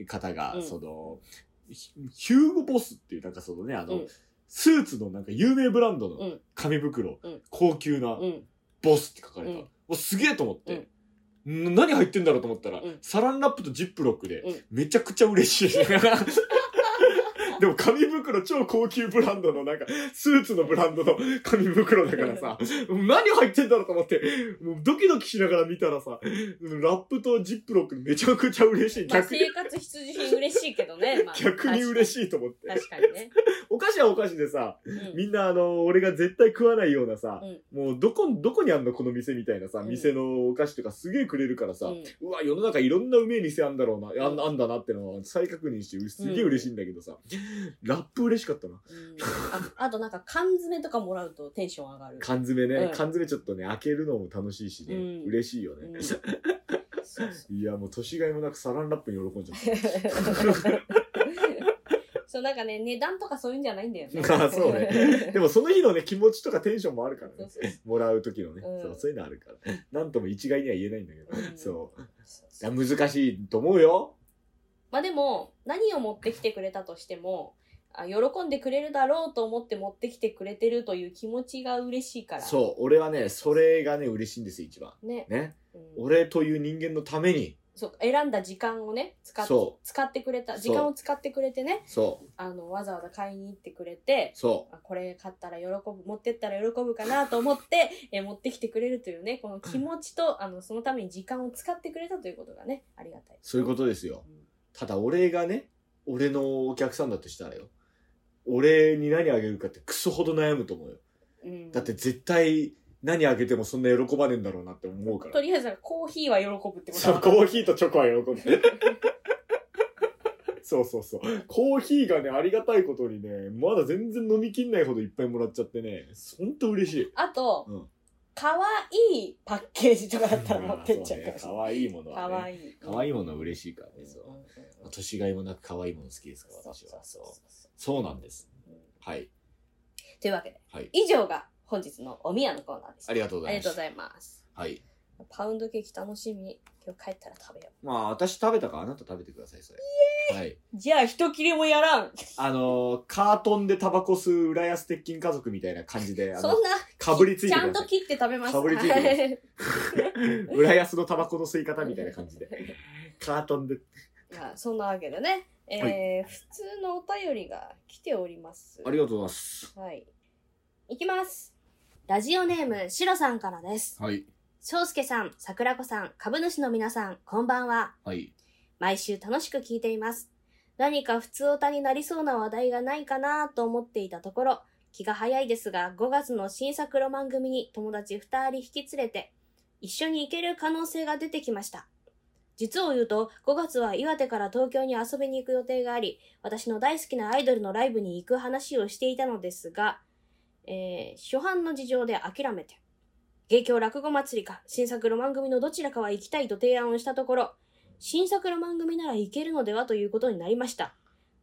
Speaker 2: 方が、
Speaker 1: うん
Speaker 2: その、ヒヒューゴボスっていうなんかそのね、あの、
Speaker 1: うん
Speaker 2: スーツのなんか有名ブランド
Speaker 1: う
Speaker 2: の
Speaker 1: ん
Speaker 2: 紙袋、
Speaker 1: うん
Speaker 2: 高級な
Speaker 1: うん。
Speaker 2: ボスって書かれ
Speaker 1: うん
Speaker 2: た。もうすげえと思って、ん何入ってんだろうと思ったら、
Speaker 1: うん
Speaker 2: サランラップとジップロックで
Speaker 1: うん、
Speaker 2: めちゃくちゃ 嬉しい。でも紙袋超高級ブランドのなんか、スーツのブランドの紙袋だからさ、何入ってんだろうと思って、もうドキドキしながら見たらさ、ラップとジップロックめちゃくちゃ嬉しい。
Speaker 1: まあ、
Speaker 2: 逆に、
Speaker 1: 生活必需品嬉しいけどね。まあ、
Speaker 2: 逆に嬉しいと思って。
Speaker 1: 確かにね。
Speaker 2: お菓子はお菓子でさ、
Speaker 1: うん
Speaker 2: みんなあの、俺が絶対食わないようなさ、
Speaker 1: うん
Speaker 2: もうどこ、どこにあんのこの店みたいなさ、
Speaker 1: うん
Speaker 2: 店のお菓子とかすげえくれるからさ、
Speaker 1: うん
Speaker 2: うわ、世の中いろんなうめえ店あんだろうな、あんあんだなってのは再確認して、うすげえ嬉しいんだけどさ、ラップ嬉しかったな。
Speaker 1: うんああとなんか缶詰とかもらうとテンション上がる。
Speaker 2: 缶詰ね、
Speaker 1: うん
Speaker 2: 缶詰ちょっとね、開けるのも楽しいしね、
Speaker 1: うん
Speaker 2: 嬉しいよ
Speaker 1: う
Speaker 2: ね。
Speaker 1: んそうそう
Speaker 2: いや、もう年がいもなくサランラップに喜んじ ゃっ
Speaker 1: そうなんかね値段とかそういうんじゃないんだ よね。
Speaker 2: あそうねた。でもその日のね、気持ちとかテンションもあるから
Speaker 1: そう
Speaker 2: ね。
Speaker 1: そうそう
Speaker 2: もらう時のね、
Speaker 1: うん
Speaker 2: そう、そういうのあるから。なんとも一概には言えないんだけど、
Speaker 1: うん
Speaker 2: そう。
Speaker 1: そう
Speaker 2: い
Speaker 1: そ
Speaker 2: や
Speaker 1: う
Speaker 2: 難しいと思うよ。
Speaker 1: まあでも何を持ってきてくれたとしてもあ喜んでくれるだろうと思って持ってきてくれてるという気持ちが嬉しいから。
Speaker 2: そう、俺はね、それがね、嬉しいんですよ、一番。
Speaker 1: ね。
Speaker 2: ね。
Speaker 1: うん
Speaker 2: 俺という人間のために、
Speaker 1: そう選んだ時間をね使っ
Speaker 2: そ
Speaker 1: 使ってくれた
Speaker 2: そう
Speaker 1: 時間を使ってくれてね
Speaker 2: そう、
Speaker 1: あのわざわざ買いに行ってくれて
Speaker 2: そ、
Speaker 1: あこれ買ったら喜ぶ持ってったら喜ぶかなと思って、 えー持ってきてくれるというねこの気持ちと、あのそのために時間を使ってくれたということがねありがたいう
Speaker 2: そういうことですよ。ただ、俺がね、俺のお客さんだとしたらよ、俺に何あげるかってクソほど悩むと思うよ。
Speaker 1: うん、
Speaker 2: だって絶対何あげてもそんな喜ばねえんだろうなって思うから
Speaker 1: と。りあえずコーヒーは喜ぶってこと
Speaker 2: そう、
Speaker 1: だ
Speaker 2: コーヒーとチョコは喜んで。 そうそうそう。コーヒーがね、ありがたいことにね、まだ全然飲みきんないほどいっぱいもらっちゃってね、ほんと嬉しい。
Speaker 1: あと
Speaker 2: うん
Speaker 1: 可愛、いいパッケージとかだったら持ってっちゃうかもし
Speaker 2: 可
Speaker 1: れない
Speaker 2: 愛、かわいいもの
Speaker 1: 可
Speaker 2: はね。
Speaker 1: 愛いい
Speaker 2: 可愛いいものは嬉しいからね。そう
Speaker 1: うんうんうん
Speaker 2: 年がいもなく可愛いもの好きですから、
Speaker 1: そう
Speaker 2: 私
Speaker 1: そう
Speaker 2: は。
Speaker 1: そ
Speaker 2: そうう。そうなんです。はい。
Speaker 1: というわけで
Speaker 2: はい。
Speaker 1: 以上が本日のおみやのコーナーでした
Speaker 2: ありがとうご
Speaker 1: あ
Speaker 2: ざ
Speaker 1: り
Speaker 2: いま
Speaker 1: がとう
Speaker 2: し
Speaker 1: ございます
Speaker 2: た。はい。
Speaker 1: パウンドケーキ楽しみ今日帰ったら食べよ
Speaker 2: まあ、私食べたからあなた食べてください、それ。はい。
Speaker 1: うじゃあ人切りもやらん
Speaker 2: あのー、カートンでタバコ吸う浦安鉄筋家族みたいな感じで、あ
Speaker 1: そ
Speaker 2: の
Speaker 1: ん、な
Speaker 2: かぶりつい
Speaker 1: ち
Speaker 2: てく
Speaker 1: ゃん
Speaker 2: ださ
Speaker 1: と
Speaker 2: い。
Speaker 1: 切って食べます。
Speaker 2: かぶりついてくださ
Speaker 1: はい
Speaker 2: 浦安のタバコの吸い方みたいな感じで。カートンで。
Speaker 1: まあ、そんなわけでね、えー
Speaker 2: は
Speaker 1: 普通のお便りが来ております。
Speaker 2: ありがとうございます。
Speaker 1: はい。いきます。ラジオネーム、しろさんからです。
Speaker 2: はい。
Speaker 1: しょうすけさん、さくらこさん、株主の皆さん、こんばんは。
Speaker 2: はい。
Speaker 1: 毎週楽しく聞いています。何か普通オタになりそうな話題がないかなと思っていたところ、気が早いですが、5月の新作ロマン組に友達2人引き連れて、一緒に行ける可能性が出てきました。実を言うと、5月は岩手から東京に遊びに行く予定があり、私の大好きなアイドルのライブに行く話をしていたのですが、えー初版の事情で諦めて、芸協落語祭りか、新作ロマン組のどちらかは行きたいと提案をしたところ、新作ロマン組なら行けるのではということになりました。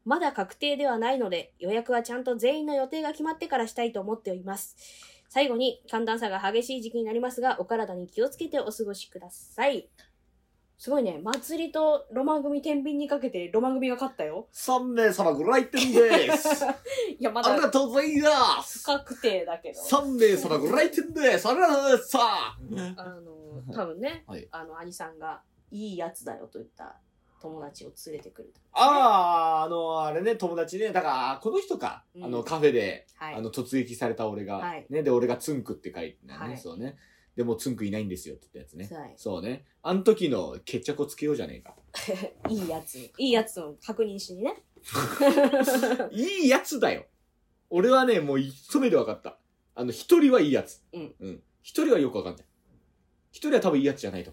Speaker 1: まだ確定ではないので、予約はちゃんと全員の予定が決まってからしたいと思っております。最後に、寒暖差が激しい時期になりますが、お体に気をつけてお過ごしください。すごいね、祭りとロマン組天秤にかけてロマン組が勝ったよ。
Speaker 2: 3名様ご来 店です。
Speaker 1: いや、ま
Speaker 2: ありが
Speaker 1: だ
Speaker 2: とうございます。
Speaker 1: 確定だけど。
Speaker 2: 3名様ご来店です。ありがとうございました。
Speaker 1: あの、多分ね、
Speaker 2: はい
Speaker 1: あの、兄さんが、いいやつだよと言った友達を連れてくる。
Speaker 2: ああ、あの、あれね、友達ね、だから、この人か。
Speaker 1: うん
Speaker 2: あの、カフェで、
Speaker 1: はい
Speaker 2: あ。の、突撃された俺が、
Speaker 1: はい
Speaker 2: ね、で、俺がツンクって書いてたね、
Speaker 1: はい
Speaker 2: そうね。でも、ツンクいないんですよって言ったやつね。
Speaker 1: はい
Speaker 2: そうね。あの時の決着をつけようじゃねえか。
Speaker 1: いいやつ。いいやつを確認しにね。
Speaker 2: いいやつだよ。俺はね、もう一目で分かった。あの、一人はいいやつ。
Speaker 1: うん。
Speaker 2: うん。一人はよく分かんない。一人は多分いいやつじゃないと。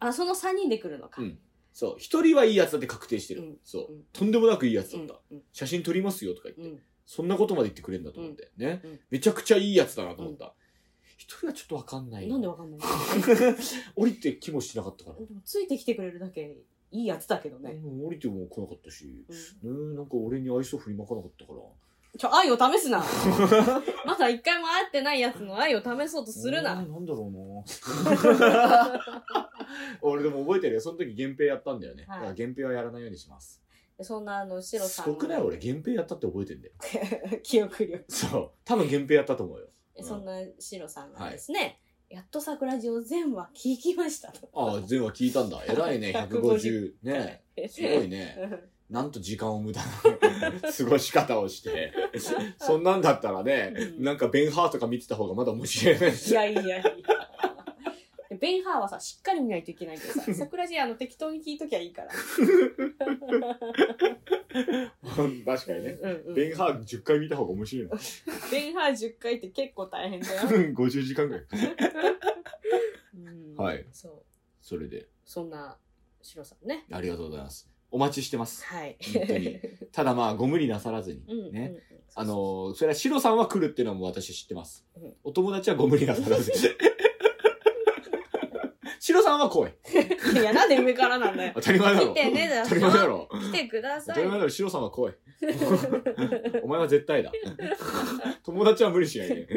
Speaker 1: あ、その3人で来るのか。
Speaker 2: うんそう。一人はいいやつだって確定してる。
Speaker 1: うん
Speaker 2: そう、
Speaker 1: うん
Speaker 2: とんでもなくいいやつ
Speaker 1: う
Speaker 2: だっ
Speaker 1: ん
Speaker 2: た。写真撮りますよとか言って、
Speaker 1: うん
Speaker 2: そんなことまで言ってくれんだと思って。ね、
Speaker 1: うん
Speaker 2: めちゃくちゃいいやつだなと思った。一、人はちょっと分かんない。
Speaker 1: なんでわかんないの
Speaker 2: 降りて気もしなかったから。
Speaker 1: でもついてきてくれるだけいいやつだけどね。
Speaker 2: うん降りても来なかったし、
Speaker 1: うん
Speaker 2: ねえなんか俺に愛想振りまかなかったから。
Speaker 1: ちょ、愛を試す なまだ一回も会ってないやつの愛を試そうとする
Speaker 2: う。
Speaker 1: なん
Speaker 2: なんだろ うな。俺でも覚えてるよ。その時、源平やったんだよね。
Speaker 1: はい
Speaker 2: だから源平はやらないようにします。
Speaker 1: そんな、あの、シロ
Speaker 2: す
Speaker 1: さんの。
Speaker 2: ごくない俺、源平やったって覚 えてんだよ。
Speaker 1: 記憶力。
Speaker 2: そう。多分源平やったと思うよ。うん
Speaker 1: そんなシロさんがですね、やっと桜ジオ全話聞きましたと。
Speaker 2: ああ、全話聞いたんだ。偉いね、150。ねすごいね。なん と時間を無駄な過ごし方をして。そんなんだったらね、
Speaker 1: うん
Speaker 2: なんかベンハーとか見てた方がまだ面白 い。
Speaker 1: いやいやいや。ベンハーはさ、しっかり見ないといけないけどさ、桜ジオあの適当に聞いときゃいいから。
Speaker 2: 確かにね。
Speaker 1: うんうん。
Speaker 2: ベンハー10回見た方が面白いな。
Speaker 1: ベンハー10回って結構大変だよ。
Speaker 2: 50時間ぐらい。
Speaker 1: うん
Speaker 2: はい。
Speaker 1: そう。
Speaker 2: それで、
Speaker 1: そんな、シロさんね。
Speaker 2: ありがとうございます。お待ちしてます。
Speaker 1: はい。
Speaker 2: 本当に。ただまあ、ご無理なさらず
Speaker 1: う
Speaker 2: に。
Speaker 1: ん。
Speaker 2: ね。
Speaker 1: うんうん
Speaker 2: あの、ー、それはシロさんは来るっていうのはもう私知ってます
Speaker 1: うん。
Speaker 2: お友達はご無理なさらずに。 シロさんは来い。
Speaker 1: いや、なんで上からなん だよ。
Speaker 2: 当たり前だ
Speaker 1: 来。
Speaker 2: ろ
Speaker 1: てねだ
Speaker 2: 当たり前 だろ。
Speaker 1: 来てくだ
Speaker 2: 当
Speaker 1: さ
Speaker 2: た
Speaker 1: い
Speaker 2: り。前だろ、シロさんは 来い。お前は絶対だ。友達は無理しないで。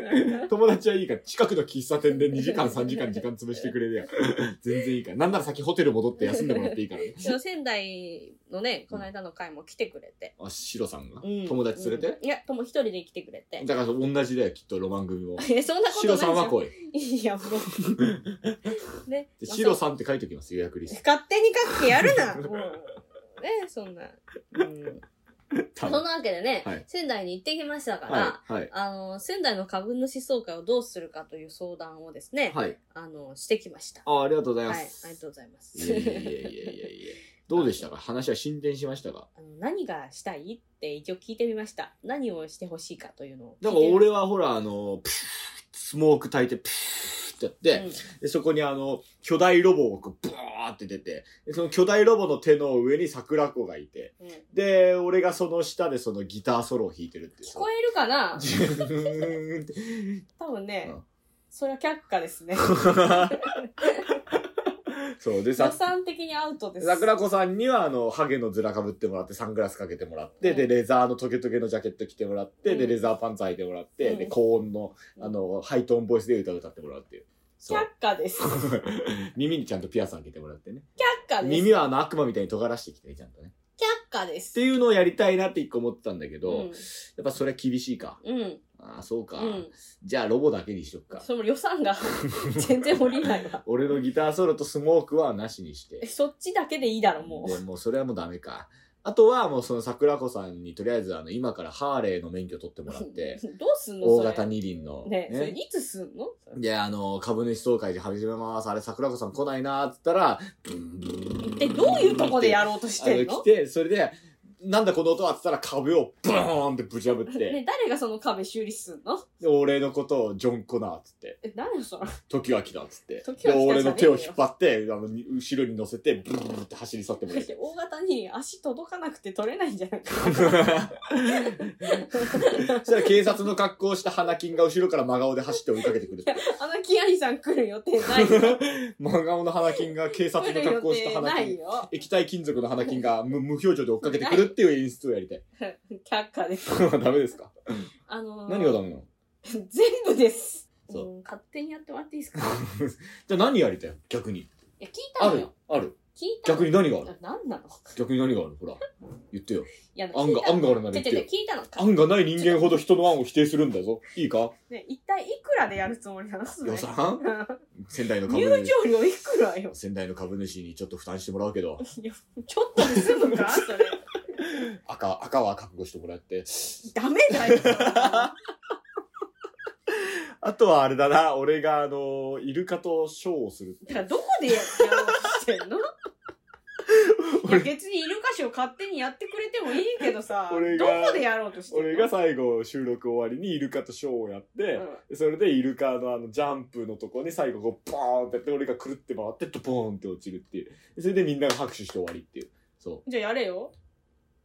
Speaker 2: 友達はいいから、近くの喫茶店で2時間、3時間時間潰してくれるやん。全然いいから。なんなら先ホテル戻って休んでもらっていいからね。
Speaker 1: そう仙台のね、この間の回も来てくれて。
Speaker 2: あ、シロさんが、
Speaker 1: うん
Speaker 2: 友達連れて、
Speaker 1: うんいや、とも一人で来てくれて。
Speaker 2: だから同じだよ、きっとロマン 組も。
Speaker 1: え、そんなこと
Speaker 2: シ
Speaker 1: な
Speaker 2: ロ
Speaker 1: いじ
Speaker 2: さ
Speaker 1: ゃ
Speaker 2: ん
Speaker 1: ん。
Speaker 2: は来い。
Speaker 1: いや、もう。ね。
Speaker 2: で
Speaker 1: まあ
Speaker 2: シロさんって書いておきます、予約リス
Speaker 1: 勝手に書くやるな。もう。ね、そんな。うん。
Speaker 2: ト。
Speaker 1: そんなわけでね、
Speaker 2: はい
Speaker 1: 仙台に行ってきましたから、
Speaker 2: はい。はい。
Speaker 1: あの、仙台の株主総会をどうするかという相談をですね、
Speaker 2: はい。
Speaker 1: あの、してきました。
Speaker 2: あ、ありがとうござい
Speaker 1: は
Speaker 2: ま
Speaker 1: い、あ
Speaker 2: す。
Speaker 1: りがとうございます。
Speaker 2: いえいえいえいえいえいえ。どうでしたか話は進展しましたか
Speaker 1: あの何がしたいって一応聞いてみました。何をしてほしいかというのを聞いて。
Speaker 2: だから俺はほら、あの、プーッスモーク焚いて、プーッってやって、
Speaker 1: うん
Speaker 2: で、そこにあの、巨大ロボをこう、ブワーって出て、でその巨大ロボの手の上に桜子がいて、
Speaker 1: うん聞
Speaker 2: で、俺がその下でそのギターソロを弾いてるっていう。
Speaker 1: こえるかな
Speaker 2: ジューンって
Speaker 1: 多分ね、
Speaker 2: うん
Speaker 1: それは却下ですね。
Speaker 2: そう、で
Speaker 1: 予
Speaker 2: さ、
Speaker 1: 算的にアウトです。
Speaker 2: 桜子さんにはあの、ハゲのズラかぶってもらって、サングラスかけてもらって、
Speaker 1: う
Speaker 2: で、
Speaker 1: ん
Speaker 2: レザーのトゲトゲのジャケット着てもらって、
Speaker 1: う
Speaker 2: で、
Speaker 1: ん
Speaker 2: レザーパンツ履いてもらって、で、
Speaker 1: うん
Speaker 2: 高音の、あの、ハイトーンボイスで歌歌ってもらうっていう。
Speaker 1: 却
Speaker 2: そう。
Speaker 1: 下です。却
Speaker 2: 耳にちゃんとピアス開けてもらってね。
Speaker 1: 下です。
Speaker 2: 耳はあの悪魔みたいに尖らしてきてね、ちゃんとね。
Speaker 1: 却下で
Speaker 2: っ
Speaker 1: す
Speaker 2: て。いうのをやりたいなって一個思ってたんだけ
Speaker 1: う
Speaker 2: ど、や
Speaker 1: ん。
Speaker 2: っぱそれは厳しいか。
Speaker 1: うん。
Speaker 2: ああ、そうか、
Speaker 1: うん。
Speaker 2: じゃあロボだけにしとくか。
Speaker 1: その予算が 全然降りないわ。
Speaker 2: 俺のギターソロとスモークはなしにして
Speaker 1: え。そっちだけでいいだろ、も
Speaker 2: でもうそれはもうダメか。あとはもうその桜子さんにとりあえずあの今からハーレーの免許取って
Speaker 1: う。
Speaker 2: も らって、
Speaker 1: どうすんのそれ
Speaker 2: 大型二輪の。
Speaker 1: ねそれいつすんの
Speaker 2: で、あの、株主総会で始めます。あれ、桜子さん来ないなーっつったら、ブンブン
Speaker 1: 体どういうとこでやろうとし
Speaker 2: あ
Speaker 1: て
Speaker 2: の
Speaker 1: んの
Speaker 2: 来てそれでなんだこの音はっつったら壁をブーンってぶち破っ て、
Speaker 1: ね、誰がその壁修理すんの
Speaker 2: で俺のことをジョン・コナーっつって
Speaker 1: え、誰その
Speaker 2: 時は来たっつって
Speaker 1: 時
Speaker 2: で
Speaker 1: は来たじゃねえよ
Speaker 2: 俺の手を引っ張ってあのに後ろに乗せてブルーって走り去ってもら
Speaker 1: だ
Speaker 2: っ
Speaker 1: って
Speaker 2: て
Speaker 1: 大型に足届かなくて取れないんじゃないか
Speaker 2: そしたら警察の格好をした花金が後ろから真顔で走って追いかけてくる
Speaker 1: あのキアニさん来る予定 ないよ。
Speaker 2: 真顔の花金が警察
Speaker 1: 来る
Speaker 2: の
Speaker 1: 予
Speaker 2: 格好をした
Speaker 1: 定
Speaker 2: 花
Speaker 1: な
Speaker 2: 金
Speaker 1: い よ。
Speaker 2: 液体金属の花金が無無表情で追っかけてくるっていう演出をやりたい。
Speaker 1: 却下です。
Speaker 2: ダメですか
Speaker 1: あのー、
Speaker 2: 何がダメなの
Speaker 1: 全部です。、
Speaker 2: そうん
Speaker 1: 勝手にやってもらっていい ですかい
Speaker 2: じゃあ何やりたい逆に。
Speaker 1: や、聞い
Speaker 2: あ
Speaker 1: たの
Speaker 2: る
Speaker 1: よ。
Speaker 2: ある
Speaker 1: 聞いたの
Speaker 2: 逆に何がある
Speaker 1: あ何なのい
Speaker 2: 逆に何があるほら。言ってよ。
Speaker 1: や、
Speaker 2: 案が、案があるなら
Speaker 1: 聞
Speaker 2: 言
Speaker 1: い
Speaker 2: っ
Speaker 1: の。違う違う違う。
Speaker 2: たてよ
Speaker 1: 聞いたの。
Speaker 2: 案がない人間ほど人の案を否定するんだぞ。いいか
Speaker 1: ね、一体いくらでやるつもりなの
Speaker 2: 予算仙台の株
Speaker 1: 入
Speaker 2: 主。
Speaker 1: 場料いくらよ。
Speaker 2: 仙台の株主にちょっと負担してもらうけど、
Speaker 1: いや、ちょっとで済むかそれ。
Speaker 2: 赤、赤は覚悟してもらって。
Speaker 1: ダメだよ。
Speaker 2: あとはあれだな、俺があの、イルカとショーをする。
Speaker 1: だからどこでやろうとして んのいや別にイルカショー勝手にやってくれてもいいけどさ
Speaker 2: 俺
Speaker 1: ど
Speaker 2: が
Speaker 1: こでやろうとしてんの
Speaker 2: 俺が最後収録終わりにイルカとショーをやって、
Speaker 1: うん
Speaker 2: でそれでイルカのあのジャンプのとこに最後こうポーンってやって俺がくるって回ってドポーンって落ちるっていうでそれでみんなが拍手して終わりっていうそう
Speaker 1: じゃあやれよ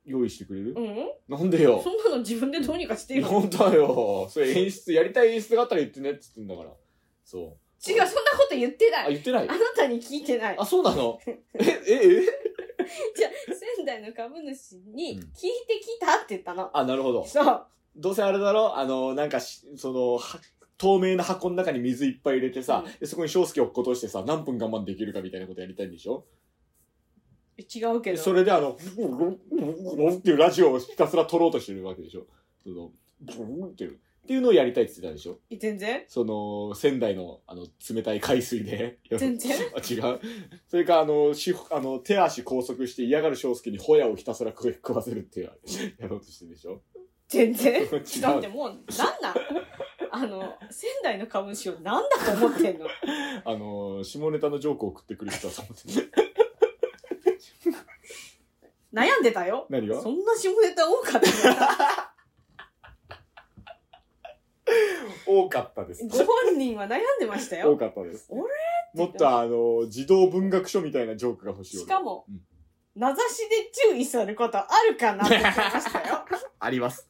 Speaker 2: 用意してくれる
Speaker 1: う、ん
Speaker 2: なんでよ
Speaker 1: そんなの自分でどうにかしてよ違うそんなこ
Speaker 2: 本当だよそれ演出やりたい演出があったら言ってねっつってんだからそう
Speaker 1: と言ってな
Speaker 2: あ
Speaker 1: い
Speaker 2: 言ってない
Speaker 1: あなたに聞いてない
Speaker 2: あそうなのえええ
Speaker 1: じゃあ仙台の株主に聞い
Speaker 2: うん
Speaker 1: てきたって言ったの、
Speaker 2: あなるほど
Speaker 1: そう
Speaker 2: どうせあれだろあのなんかしそのは透明な箱の中に水いっぱい入れてさ、
Speaker 1: うん
Speaker 2: でそこに翔介を落っことしてさ何分我慢できるかみたいなことやりたいんでしょ
Speaker 1: 違うけど
Speaker 2: それであの、ブルンブルンブルンっていうラジオをひたすら撮ろうとしてるわけでしょ。その、ブルンっていう。っていうのをやりたいって言ってたでしょ。
Speaker 1: 全然
Speaker 2: その、仙台の、あの、冷たい海水で。
Speaker 1: 全然
Speaker 2: あ、違う。それか、あの、し、あの、手足拘束して嫌がる翔介にホヤをひたすら食え食わせるっていう、やろうとしてるでしょ。
Speaker 1: 全然
Speaker 2: 違
Speaker 1: だって
Speaker 2: う。
Speaker 1: もうなんなんあの仙台の株主をなんだと思ってんの
Speaker 2: あの、下ネタのジョークを送ってくる人だと思って る。
Speaker 1: 悩んでたよ
Speaker 2: 何が
Speaker 1: そんな下ネタ多かったの
Speaker 2: 多かったです。
Speaker 1: ご本人は悩んでました
Speaker 2: 多
Speaker 1: よ。
Speaker 2: かったです。
Speaker 1: 俺
Speaker 2: もっとあの、児童文学書みたいなジョークが欲しい。
Speaker 1: し
Speaker 2: 俺
Speaker 1: かも
Speaker 2: うん、
Speaker 1: 名指しで注意することあるかなって言ってました よ。
Speaker 2: あります。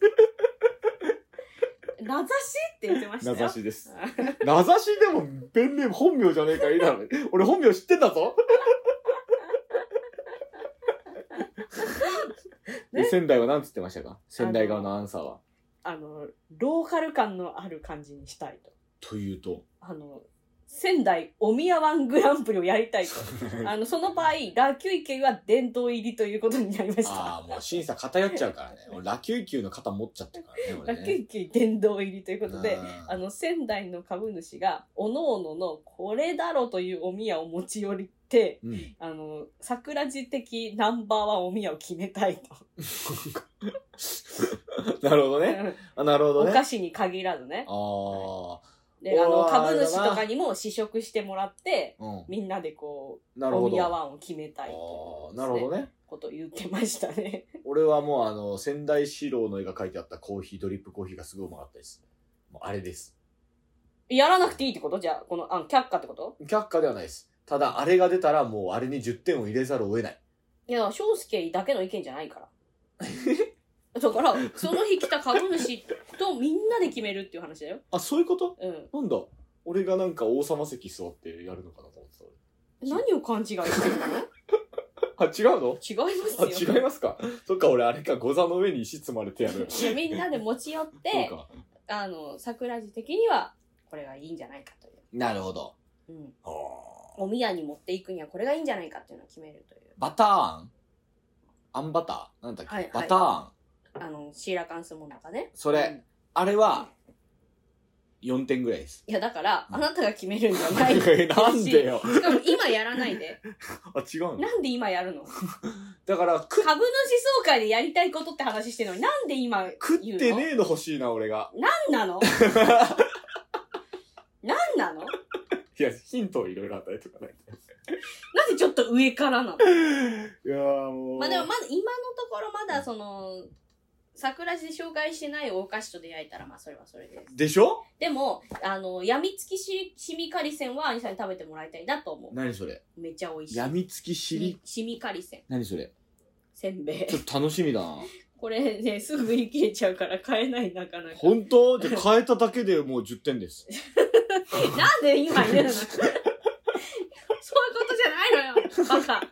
Speaker 1: 名指しって言ってました
Speaker 2: 名
Speaker 1: よ。
Speaker 2: 指しです。 名指しでも弁名本名じゃねえからいいだろ俺本名知ってん だぞで仙台は何つってましたか仙台側のアンサーは
Speaker 1: あの、ローカル感のある感じにしたいと。
Speaker 2: というと
Speaker 1: あの、仙台お宮ワングランプリをやりたいと。あの、その場合、ラキュイ県は殿堂入りということになりました。
Speaker 2: ああもう審査偏っちゃうからね俺ラキュイ級の肩持っちゃってるからね俺
Speaker 1: ラ
Speaker 2: ね
Speaker 1: キュイ県殿堂入りということで、あ
Speaker 2: うん
Speaker 1: の、仙台の株主が、おのおののこれだろというお宮を持ち寄りて、
Speaker 2: うん
Speaker 1: あの、桜地的ナンバーワンお宮を決めたいと。
Speaker 2: なるほどねあなるほど
Speaker 1: お
Speaker 2: ね
Speaker 1: 菓子に限らずね。
Speaker 2: あ
Speaker 1: で、あの、
Speaker 2: おー
Speaker 1: 株主とかにも試食してもらって、
Speaker 2: あうん
Speaker 1: みんなでこう、
Speaker 2: なる
Speaker 1: お
Speaker 2: ほど
Speaker 1: 宮
Speaker 2: あ
Speaker 1: ワンを決めたいと
Speaker 2: あ
Speaker 1: いう、
Speaker 2: なるほど
Speaker 1: ね。
Speaker 2: ね
Speaker 1: ことを言ってましたね。
Speaker 2: 俺はもうあの仙台四郎の絵が描いてあったコーヒードリップコーヒーがすごいうまかったですもうあれです
Speaker 1: やらなくていいってことじゃあ、この案、却下ってこと
Speaker 2: 却下ではないです。ただ、あれが出たらもうあれに10点を入れざるを得ない。
Speaker 1: いや、翔介だけの意見じゃない から。だから、その日来た株主とみんなで決めるっていう話だよ。
Speaker 2: あ、そういうこと
Speaker 1: うん。
Speaker 2: なんだ俺がなんか王様席座ってやるのかなと思って
Speaker 1: 何を勘違いしてるの
Speaker 2: た。あ、違うの
Speaker 1: 違います
Speaker 2: あ、
Speaker 1: よ。
Speaker 2: 違いますかそっか、俺あれか、ゴザの上に石積まれてやる。
Speaker 1: いやみんなで持ち寄っ
Speaker 2: そう
Speaker 1: て、
Speaker 2: か。
Speaker 1: あの、桜地的には、これがいいんじゃないかという。
Speaker 2: なるほど。
Speaker 1: うん。
Speaker 2: あー
Speaker 1: お宮に持っていくにはこれがいいんじゃないかっていうのを決めるという。
Speaker 2: バターあんあんバターなんだっけ、
Speaker 1: はいはい
Speaker 2: バターあん
Speaker 1: あの、シーラカンスもなんかね。
Speaker 2: そ
Speaker 1: こ
Speaker 2: れ、あれは、4点ぐらいです。
Speaker 1: いや、だから、あなたが決めるんじゃ ない。し
Speaker 2: なんでよ。
Speaker 1: かも今やらないで。
Speaker 2: あ、違うの
Speaker 1: なんで今やるの
Speaker 2: だから、く
Speaker 1: 株主総会でやりたいことって話してるのに、なんで今
Speaker 2: 食っ
Speaker 1: 言うの
Speaker 2: てねえの欲しいな、俺が。
Speaker 1: なんな のなんなの
Speaker 2: いや、ヒントをいろいろ与えとかないと。
Speaker 1: なんでちょっと上からな
Speaker 6: い
Speaker 1: の
Speaker 6: やーもう。
Speaker 1: まあでもまだ今のところまだその桜地で紹介してないお菓子と出会えたらまあそれはそれです
Speaker 6: でしょ
Speaker 1: でもあのやみつきしシミカリセンはアニさんに食べてもらいたいなと思
Speaker 2: 何それ
Speaker 1: うめっちゃ美味しい
Speaker 2: やみつきしり
Speaker 1: シミカリセン
Speaker 2: 何それ
Speaker 1: せんべい
Speaker 2: ちょっと楽しみだな
Speaker 1: これねすぐ売り切れちゃうから買えないなかなか
Speaker 2: 本当じゃあ変えただけでもう10点です
Speaker 1: なんで今 言うのそういうことじゃないのよバカ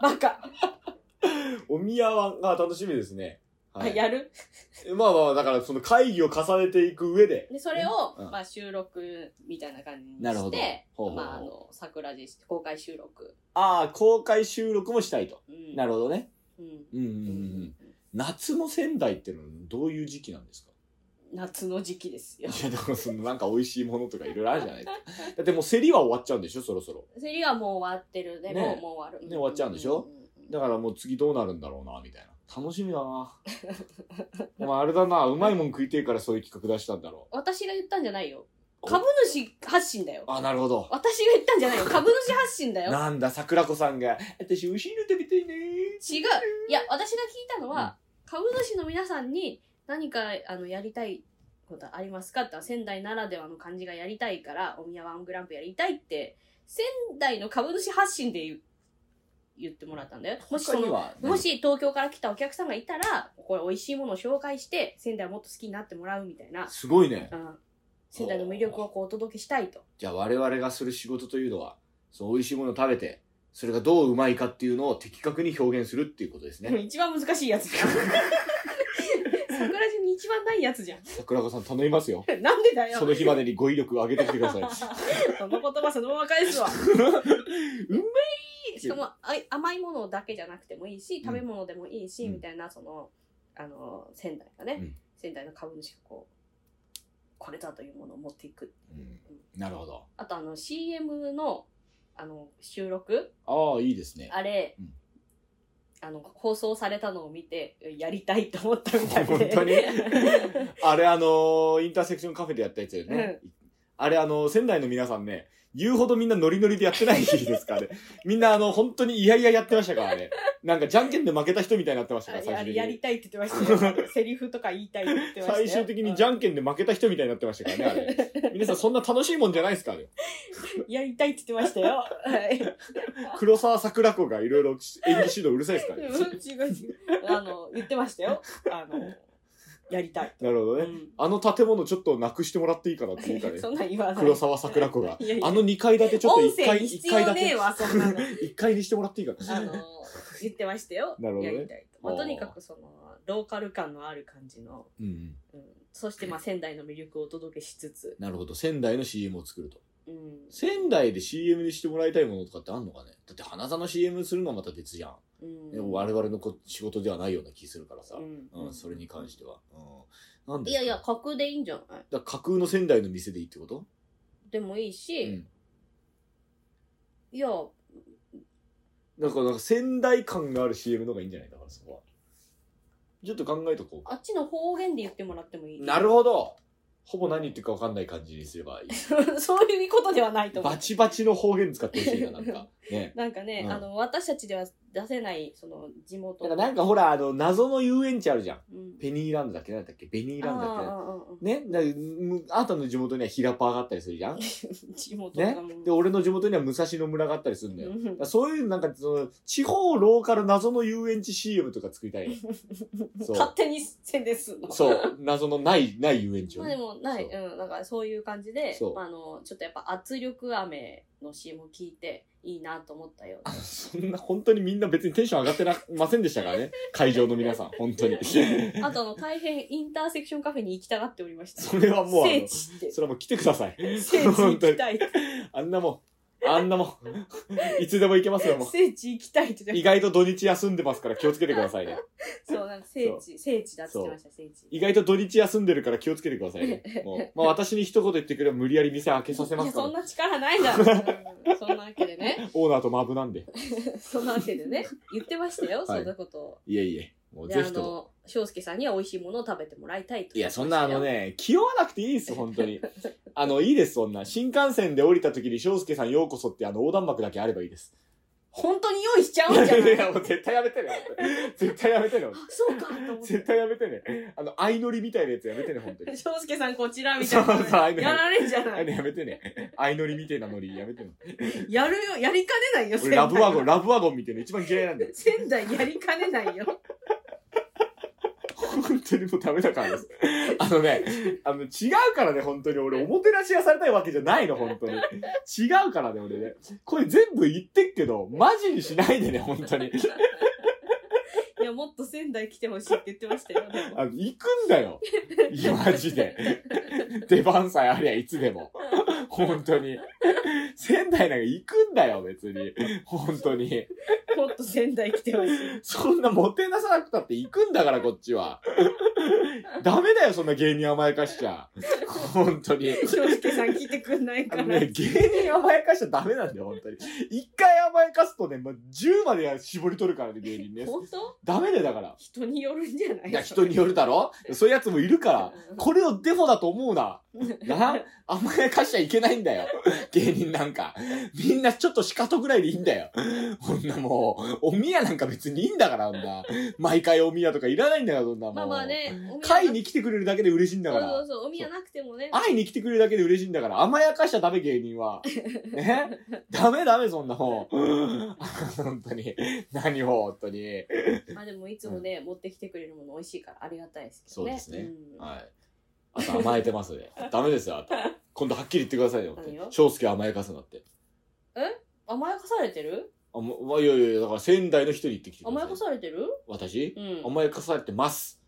Speaker 1: バカ、
Speaker 2: お宮はが楽しみですねは
Speaker 1: あ
Speaker 2: い
Speaker 1: やる
Speaker 2: まあまあだからその会議を重ねていく上で
Speaker 1: でそれを、
Speaker 2: うん
Speaker 1: まあ、収録みたいな感じに
Speaker 2: なるほ
Speaker 1: し
Speaker 2: ど
Speaker 1: て
Speaker 2: ほうほうほう
Speaker 1: まあ、あの桜地公開収録、
Speaker 2: ああ公開収録もしたいと
Speaker 1: うん、
Speaker 2: なるほどね
Speaker 1: ほど、うん
Speaker 2: うんうんうんうん夏の仙台ってのはどういう時期なんですか
Speaker 1: 夏の時期ですよ
Speaker 2: いや、でもそのなんか美味しいものとかいろいろあるじゃないですか。 だってもう競りは終わっちゃうんでしょ、そろそろ。
Speaker 1: 競りはもう終わってるね
Speaker 2: ね
Speaker 1: もうもう終わる、
Speaker 2: ね終わっちゃうんでしょ
Speaker 1: うん
Speaker 2: だからもう次どうなるんだろうな、みたいな。楽しみだ な。でもあれだな、うまいもん食いてえからそういう企画出したんだろ
Speaker 1: 私が言ったんじゃないよ
Speaker 2: お
Speaker 1: 株主発信だよ
Speaker 2: う。あ、なるほど。
Speaker 1: 私が言ったんじゃない よ株主発信だよ
Speaker 2: なんだ、桜子さんが、私美味しいの食べたいね
Speaker 1: 違ういや私が聞いたのは、株主の皆さんに何かあのやりたいことありますかって仙台ならではの感じがやりたいからお宮ワングランプやりたいって仙台の株主発信で言う言ってもらったんだよもしそ
Speaker 2: 他に
Speaker 1: の
Speaker 2: は、
Speaker 1: もし東京から来たお客さんがいたらこれ美味しいものを紹介して仙台をもっと好きになってもらうみたいな、
Speaker 2: すごいね
Speaker 1: う。ん、仙台の魅力をこうお届けしたいと
Speaker 2: じゃあ我々がする仕事というのは、そう美味しいものを食べて、それがどううまいかっていうのを的確に表現するっていうことです ね。
Speaker 1: 一番難しいやつ 桜島に一番ないやつじゃん
Speaker 2: 桜子さん頼みますよ。
Speaker 1: なんでだよ
Speaker 2: その日までに語彙力を上げてきてく ださい。
Speaker 1: その言葉そのまま返 すわ。うめいしかもあい甘いものだけじゃなくてもいいし、食べ物でもいいし、
Speaker 2: うん
Speaker 1: みたいな、その、あの、仙台がね、
Speaker 2: うん
Speaker 1: 仙台の株主がこう、これだというものを持っていく。
Speaker 2: うんなるほど。
Speaker 1: あと、あの、CM の、あの、収録、
Speaker 2: ああ、いいで すね。
Speaker 1: あれ、
Speaker 2: うん
Speaker 1: あの、放送されたのを見て、やりたいと思ったみたいで。
Speaker 2: 本当にあれあのーインターセクションカフェでやったやつだよね。あれあのー仙台の皆さんね、言うほどみんなノリノリでやってないで すからね。みんなあの、本当にいやいややってましたからね。なんかじゃんけんで負けた人みたいになってました
Speaker 1: あ
Speaker 2: から、
Speaker 1: れ
Speaker 2: 最
Speaker 1: やり
Speaker 2: 終的
Speaker 1: やり
Speaker 2: に。
Speaker 1: たいって言ってました よ。セリフとか言いたいって言ってましたよ
Speaker 2: 最終的にじゃんけんで負けた人みたいになってましたからね、あれ。 皆さんそんな楽しいもんじゃないですからね。
Speaker 1: やりたいって言ってましたよ。はい。
Speaker 2: 黒沢桜子がいろいろ演技指導うるさいですから
Speaker 1: 違
Speaker 2: ね。
Speaker 1: う違う。あの、言ってましたよ。あの、やりたい。
Speaker 2: なるほど
Speaker 1: う
Speaker 2: ね。
Speaker 1: ん
Speaker 2: あの建物ちょっとなくしてもらっていいかなっていうからね。
Speaker 1: そんなん言わない。
Speaker 2: 黒沢桜子が
Speaker 1: いやい。や
Speaker 2: あの2階建てちょっと
Speaker 1: 音
Speaker 2: 1
Speaker 1: 声
Speaker 2: 階、
Speaker 1: に必
Speaker 2: 一階
Speaker 1: 要
Speaker 2: 建
Speaker 1: ねえ
Speaker 2: て。
Speaker 1: わ、そんなの。
Speaker 2: 一回にしてもらっていいかな。
Speaker 1: あの、言ってましたよ。
Speaker 2: なるほどね
Speaker 1: やりたいと。まあ、
Speaker 2: あー
Speaker 1: とにかくその、ローカル感のある感じの、
Speaker 2: うんうん。
Speaker 1: うん、そしてまあ仙台の魅力をお届けしつつ、
Speaker 2: なるほど。仙台の CM を作ると。
Speaker 1: うん。
Speaker 2: 仙台で CM にしてもらいたいものとかってあんのかねだって花座の CM するのはまた別じゃん。
Speaker 1: うん
Speaker 2: でも我々のこ仕事ではないような気するからさ。
Speaker 1: うん
Speaker 2: うん、それに関しては。うん。なんで
Speaker 1: いやいや、架空でいいんじゃない
Speaker 2: だ架空の仙台の店でいいってこと
Speaker 1: でもいいうし、
Speaker 2: ん。
Speaker 1: いや、
Speaker 2: なんか、なんか仙台感がある CM の方がいいんじゃないだからそこは。ちょっと考えとこう。
Speaker 1: あっちの方言で言ってもらってもいい
Speaker 2: なるほどほぼ何言ってるか分かんない感じにすればい い。
Speaker 1: そういうことではないと思う
Speaker 2: バ。チバチの方言使ってほしいな、なんか。ね。
Speaker 1: なんかね、
Speaker 2: うん
Speaker 1: あの、私たちでは出せない、その、地元
Speaker 2: だからなんかほら、あの、謎の遊園地あるじゃん。
Speaker 1: うん、
Speaker 2: ペニーランドだっけなんだっけベニーランドだっけ
Speaker 1: あああああ
Speaker 2: ねだむあなたの地元にはヒラパーがあったりするじゃん
Speaker 1: あ地元
Speaker 2: ね
Speaker 1: だもん
Speaker 2: で、俺の地元には武蔵野村があったりするんだよ。だか
Speaker 1: うん
Speaker 2: らそういうなんか、その、地方ローカル謎の遊園地 CM とか作 りたいね。そ
Speaker 1: 勝
Speaker 2: う。
Speaker 1: 手に宣伝すんの。
Speaker 2: そう。謎のない、ない遊園地を
Speaker 1: まあ
Speaker 2: ね、
Speaker 1: でも、ない、うん、なんかそういう感じで
Speaker 2: そ、う
Speaker 1: あの、ちょっとやっぱ圧力飴の CM を聞いて、いいなと思ったよ。
Speaker 2: そんな、本当にみんな別にテンション上がってなませんでしたからね。会場の皆さん、本当に。
Speaker 1: あと、あの、大変インターセクションカフェに行きたがっておりました。
Speaker 2: それはもうあの
Speaker 1: 聖地って。
Speaker 2: それはもう来てください。
Speaker 1: 聖地行きたい。
Speaker 2: あんなもん、あんなもん、いつでも行けますよ、もう。
Speaker 1: 聖地行きたいって。
Speaker 2: 意外と土日休んでますから気をつけてくださいね。
Speaker 1: そう、なんか聖地、聖地だって言ってました、聖地。
Speaker 2: 意外と土日休んでるから気をつけてくださいね。もうまあ私に一言言ってくれば無理やり店開けさせま
Speaker 1: い
Speaker 2: す
Speaker 1: や、そ
Speaker 2: か
Speaker 1: ん
Speaker 2: ら。
Speaker 1: な力ないだろ。う んそんなわけでね。
Speaker 2: オーナーとマブなんで。
Speaker 1: そんなわけでね、言ってましたよ、
Speaker 2: はい
Speaker 1: そんなことを。
Speaker 2: いえいえ。もう
Speaker 1: で、
Speaker 2: ぜ
Speaker 1: あ
Speaker 2: ひとも。
Speaker 1: の、翔介さんには美味しいものを食べてもらいたいと。
Speaker 2: いや、そんなあの。ね、気負わなくていいです、本当に。あの、いいです、そんな。新幹線で降りた時に、翔介さんようこそって、あの、横断幕だけあればいいです。
Speaker 1: 本当に用意しちゃ
Speaker 2: い
Speaker 1: うんじゃない
Speaker 2: や、もう絶対やめてね。絶対やめてね。
Speaker 1: そうかと思って
Speaker 2: 絶対やめてね。あの、相乗りみたいなやつやめてね、本当に。
Speaker 1: 翔介さんこちらみたいな。
Speaker 2: そうそうああいうの
Speaker 1: やられんじゃ
Speaker 2: あ
Speaker 1: な
Speaker 2: れ
Speaker 1: い。
Speaker 2: ねやめてね。相乗りみたいなノリやめてね。
Speaker 1: やるよ、やりかねないよ、
Speaker 2: 俺、ラブワゴン、
Speaker 1: ン。
Speaker 2: ラブワゴンみたいなの一番嫌いなんだよ。
Speaker 1: 仙台やりかねないよ。
Speaker 2: 本当にもうダメだからです。あのね、あの、違うからね、本当に。俺、おもてなしがされたいわけじゃないの、本当に。違うからね、俺ね。これ全部言ってっけど、マジにしないでね、本当に。
Speaker 1: いや、もっと仙台来てほしいって言ってましたよ。でも
Speaker 2: あの、行くんだよ。いやマジで。出番さえありゃいつでも。本当に。仙台なんか行くんだよ、別に。本当に。
Speaker 1: もっと仙台来てほしい。
Speaker 2: そんなもてなさなくたって行くんだから、こっちは。ダメだよ、そんな芸人甘やかしちゃ。本当に。
Speaker 1: 翔介さん来てくんない
Speaker 2: あ
Speaker 1: か
Speaker 2: の
Speaker 1: ら
Speaker 2: ね、。芸人甘やかしちゃダメなんだよ、本当に。一回甘やかすとね、まあ、10までは絞り取るからね、芸人ね。
Speaker 1: 本当
Speaker 2: ダメだよ、だから。
Speaker 1: 人によるんじゃない
Speaker 2: いや、人によるだろそういうやつもいるから。これをデフォだと思うな。な甘やかしちゃいけないんだよ。芸人なんか。みんなちょっと仕方ぐらいでいいんだよ。こんなもう、おみやなんか別にいいんだから、あんな。毎回おみやとかいらないんだよ、そんなもう。
Speaker 1: まあまあね、お宮
Speaker 2: 会に来てくれるだけで嬉しいんだ
Speaker 1: な
Speaker 2: か
Speaker 1: そう
Speaker 2: ら。
Speaker 1: そうそう、お宮なくてもね。
Speaker 2: 会いに来てくれるだけで嬉しいんだから、甘やかしちゃダメ、芸人は。ねダメダメ、そんなもん。 本当に。何を、本当に。
Speaker 1: あ、でもいつもね、持ってきてくれるもの美味しいからありがたいですけど
Speaker 2: そう
Speaker 1: ね。
Speaker 2: ですね
Speaker 1: ん
Speaker 2: はい。あと甘え てますね。ダメですよ、あと。今度はっきり言ってくださいよ
Speaker 1: 何よ。
Speaker 2: 翔介甘やかすなって。
Speaker 1: 甘やかされてる
Speaker 2: あ、もういやいやいや、だから仙台の人に言ってきてください。
Speaker 1: 甘やかされてる
Speaker 2: 私
Speaker 1: うん。
Speaker 2: 甘やかされ てます。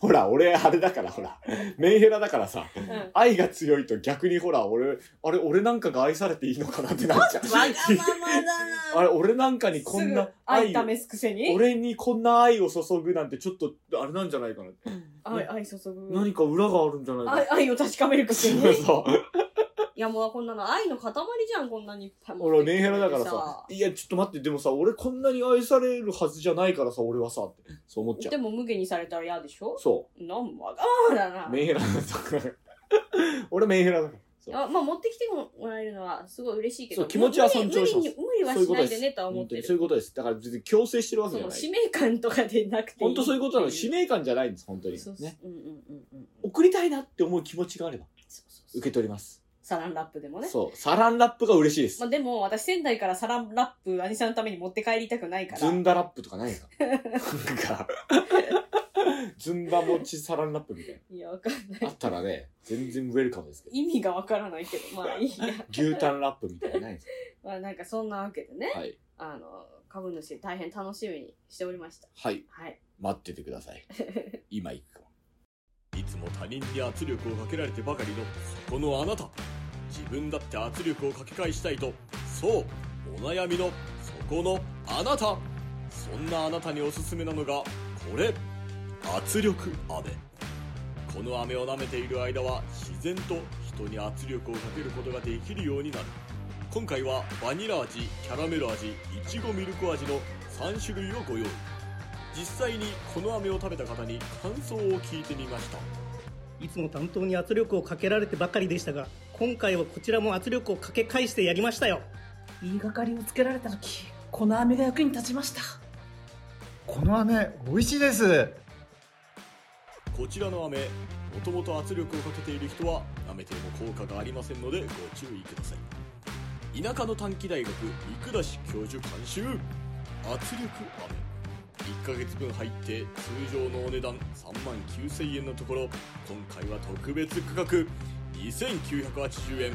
Speaker 2: ほら、俺、あれだから、ほら。メンヘラだからさ。
Speaker 1: うん
Speaker 2: 愛が強いと逆にほら、俺、あれ、俺なんかが愛されていいのかなってなっちゃう。
Speaker 1: わがままだな
Speaker 2: あれ、俺なんかにこ
Speaker 1: す
Speaker 2: ん
Speaker 1: ぐ
Speaker 2: な
Speaker 1: 愛
Speaker 2: 愛を、
Speaker 1: 試すくせに
Speaker 2: 俺にこんな愛を注ぐなんてちょっと、あれなんじゃないかな。
Speaker 1: 愛愛注ぐ
Speaker 2: 何か裏があるんじゃないかな
Speaker 1: 愛。愛を確かめるくせに
Speaker 2: そうそう。
Speaker 1: いやもうこんなの愛の塊じゃんこんなに
Speaker 2: 俺メンヘラだからさ。いや、ちょっと待って、でもさ、俺こんなに愛されるはずじゃないからさ、俺はさ、ってそう思っちゃ
Speaker 1: で
Speaker 2: う。
Speaker 1: も無限にされたら嫌でしょ
Speaker 2: そ
Speaker 1: なんわがままだな
Speaker 2: う。メンヘラだから。俺メンヘラだから。そう
Speaker 1: あまあ持ってきてもらえるのはすごい嬉しいけど
Speaker 2: そう気持ちは尊重
Speaker 1: 無
Speaker 2: し
Speaker 1: 理
Speaker 2: ま
Speaker 1: に
Speaker 2: す
Speaker 1: 無理に無理はしないでねとは思
Speaker 2: 本
Speaker 1: っ
Speaker 2: 当
Speaker 1: て
Speaker 2: に
Speaker 1: る
Speaker 2: そういうことです。だから別に強制してるわけ
Speaker 1: そ
Speaker 2: じゃ
Speaker 1: の
Speaker 2: ない
Speaker 1: 使。命感とかでなくていい
Speaker 2: 本当そういうことなの。使
Speaker 1: 命
Speaker 2: 命感じゃないんです、本当に。
Speaker 1: そうそう
Speaker 2: ね。
Speaker 1: うんうんうんうん
Speaker 2: 送りたいなって思う気持ちがあれば
Speaker 1: そうそうそう
Speaker 2: 受け取ります、
Speaker 1: サランラップでもね
Speaker 2: そうサランラップが嬉しいです、
Speaker 1: まあでも私仙台からサランラップ兄さんのために持って帰りたくないから
Speaker 2: ずんだラップとかないかなん かずんだ餅サランラップみたい
Speaker 1: いやわかんない
Speaker 2: なあったらね全然ウェルカムですけど
Speaker 1: 意味がわからないけどま あいいや
Speaker 2: 牛タンラップみたいなのないんです
Speaker 1: まあなんかそんなわけでね
Speaker 2: か はい
Speaker 1: あの株主大変楽しみにしておりました
Speaker 2: はい
Speaker 1: はい
Speaker 2: 待っててくださ い今行くかも
Speaker 3: いつも他人に圧力をかけられてばかりのそこのあなた自分だって圧力をかけ返したいとそうお悩みのそこのあなたそんなあなたにおすすめなのがこれ圧力飴この飴を舐めている間は自然と人に圧力をかけることができるようになる今回はバニラ味キャラメル味いちごミルク味の3種類をご用意実際にこの飴を食べた方に感想を聞いてみました
Speaker 7: いつも担当に圧力をかけられてばかりでしたが、今回はこちらも圧力をかけ返してやりましたよ。
Speaker 8: 言いがかりをつけられた時この飴が役に立ちました
Speaker 9: この飴美味しいです
Speaker 3: こちらの飴もともと圧力をかけている人は舐めても効果がありませんのでご注意ください田舎の短期大学生田氏教授監修圧力飴1ヶ月分入って通常のお値段3万9000円のところ今回は特別価格2980円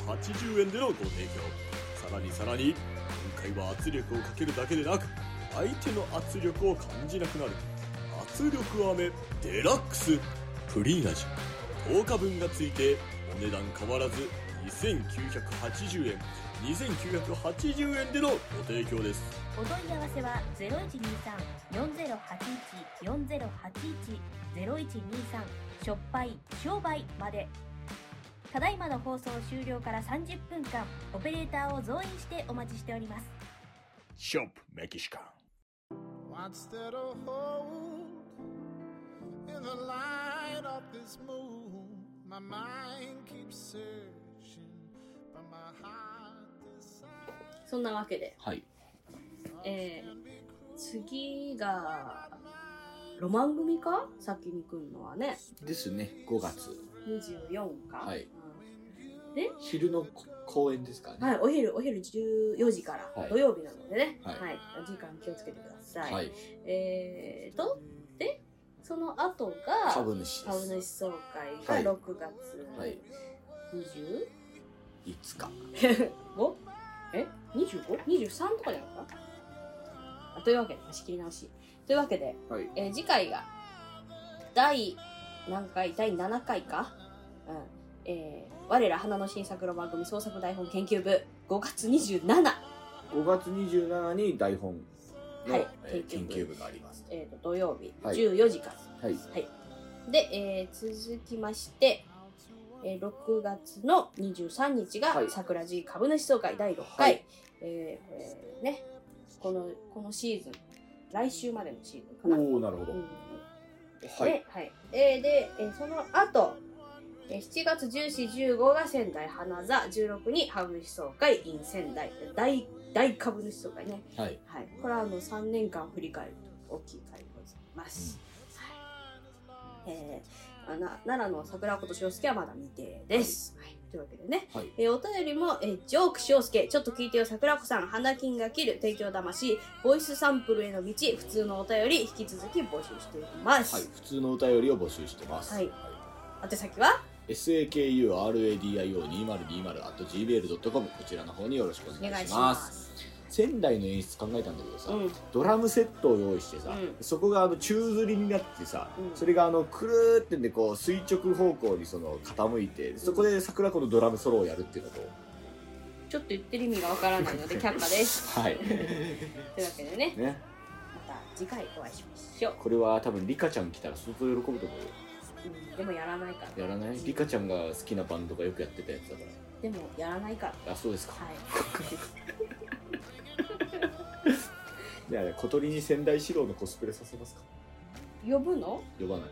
Speaker 3: 2980円でのご提供さらにさらに今回は圧力をかけるだけでなく相手の圧力を感じなくなる圧力飴デラックスプリン味10日分がついてお値段変わらず2980円2980円でのご提供です
Speaker 4: お問い合わせは0123-4081-4081-0123しょっぱい商売までただいまの放送終了から30分間オペレーターを増員してお待ちしております
Speaker 3: ショップメキシカン
Speaker 10: What's there to hold in the light of this moon? My mind keeps searching, but my heart decides.
Speaker 1: そんなわけで、
Speaker 2: はい。
Speaker 1: えー、次が、ロマン組か先に来るのはね、
Speaker 2: ですね、5月。
Speaker 1: 24か。
Speaker 2: はい
Speaker 1: うんで、
Speaker 2: 昼のこ公演ですからね。
Speaker 1: はい、お昼、お昼14時から、
Speaker 2: はい
Speaker 1: 土曜日なのでね、は、
Speaker 2: はいい
Speaker 1: お時間気をつけてください。
Speaker 2: はい。
Speaker 1: えーと、で、その後が、
Speaker 2: 株主で
Speaker 1: 株
Speaker 2: す。
Speaker 1: 主総会
Speaker 2: はい
Speaker 1: が6月
Speaker 2: はい。
Speaker 1: 20
Speaker 2: いつか。
Speaker 1: 5え ?25?23 とかじゃなかったあというわけで、仕切り直し。というわけで、
Speaker 2: はい
Speaker 1: えー次回が、第何回第7回かうん。えー我ら花の新作の番組創作台本研究部5月27、
Speaker 2: 5月27日に台本の、
Speaker 1: はい
Speaker 2: えー
Speaker 1: 研
Speaker 2: 研
Speaker 1: 究部
Speaker 2: 究部があります。
Speaker 1: えー、と土曜日
Speaker 2: はい
Speaker 1: 14時から。
Speaker 2: はい。
Speaker 1: で、えー続きまして、えー6月の23日が
Speaker 2: はい
Speaker 1: 桜寺株主総会第6回、
Speaker 2: はい
Speaker 1: えーこれねこのこのシーズン来週までのシーズンかな、
Speaker 2: おおなるほど。
Speaker 1: うんです
Speaker 2: はい。
Speaker 1: ねはいえーで、えーその後えー7月14、15が仙台花座、16に株主総会 in 仙台、大、大株主総会ね。
Speaker 2: はい。
Speaker 1: はい。これはあの3年間振り返る大きい会でございます。はい。えーあな奈良の桜子と翔介はまだ未定です。はい。というわけでね。
Speaker 2: はい
Speaker 1: えーお便りも、えージョーク翔介、ちょっと聞いてよ桜子さん、花金が切る、提供魂、ボイスサンプルへの道、普通のお便り、引き続き募集しています。
Speaker 2: はい。普通のお便りを募集してます。
Speaker 1: はい宛先は
Speaker 2: sakuradio2020.gmail.com こちらの方によろしくお
Speaker 1: お
Speaker 2: 願
Speaker 1: 願
Speaker 2: い
Speaker 1: い
Speaker 2: し
Speaker 1: し
Speaker 2: ま
Speaker 1: ますす。
Speaker 2: 仙台の演出考えたんだけどさ、
Speaker 1: うん。
Speaker 2: ドラムセットを用意してさ、
Speaker 1: う
Speaker 2: そこがあの宙吊りになってさ、
Speaker 1: うん
Speaker 2: それがあのくるーってんでこう垂直方向にその傾いてそこで桜子のドラムソロをやるっていうのと、
Speaker 1: ちょっと言ってる意味がわからない ので、却下です。
Speaker 2: はい
Speaker 1: というわけでね、
Speaker 2: ね
Speaker 1: また次回お会いしましょう。
Speaker 2: これは多分リカちゃん来たら相当喜ぶと思うよ
Speaker 1: うんでもやらないから。
Speaker 2: やらないリカちゃんが好きなバンドがよくやってたやつだか
Speaker 1: でもやらないから。
Speaker 2: らあそうですか
Speaker 1: はい。
Speaker 2: じゃあ小鳥に仙台四郎のコスプレさせますか
Speaker 1: 呼ぶの、
Speaker 2: 呼ばない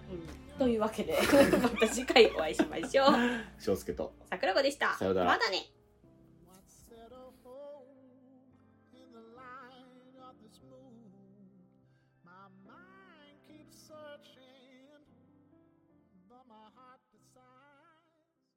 Speaker 1: うん、というわけで また次回お会いしましょう
Speaker 2: 翔介と
Speaker 1: 桜子でした
Speaker 2: さようなら
Speaker 1: またね
Speaker 10: What's there to hold in the light of this moon? My mind keeps searching,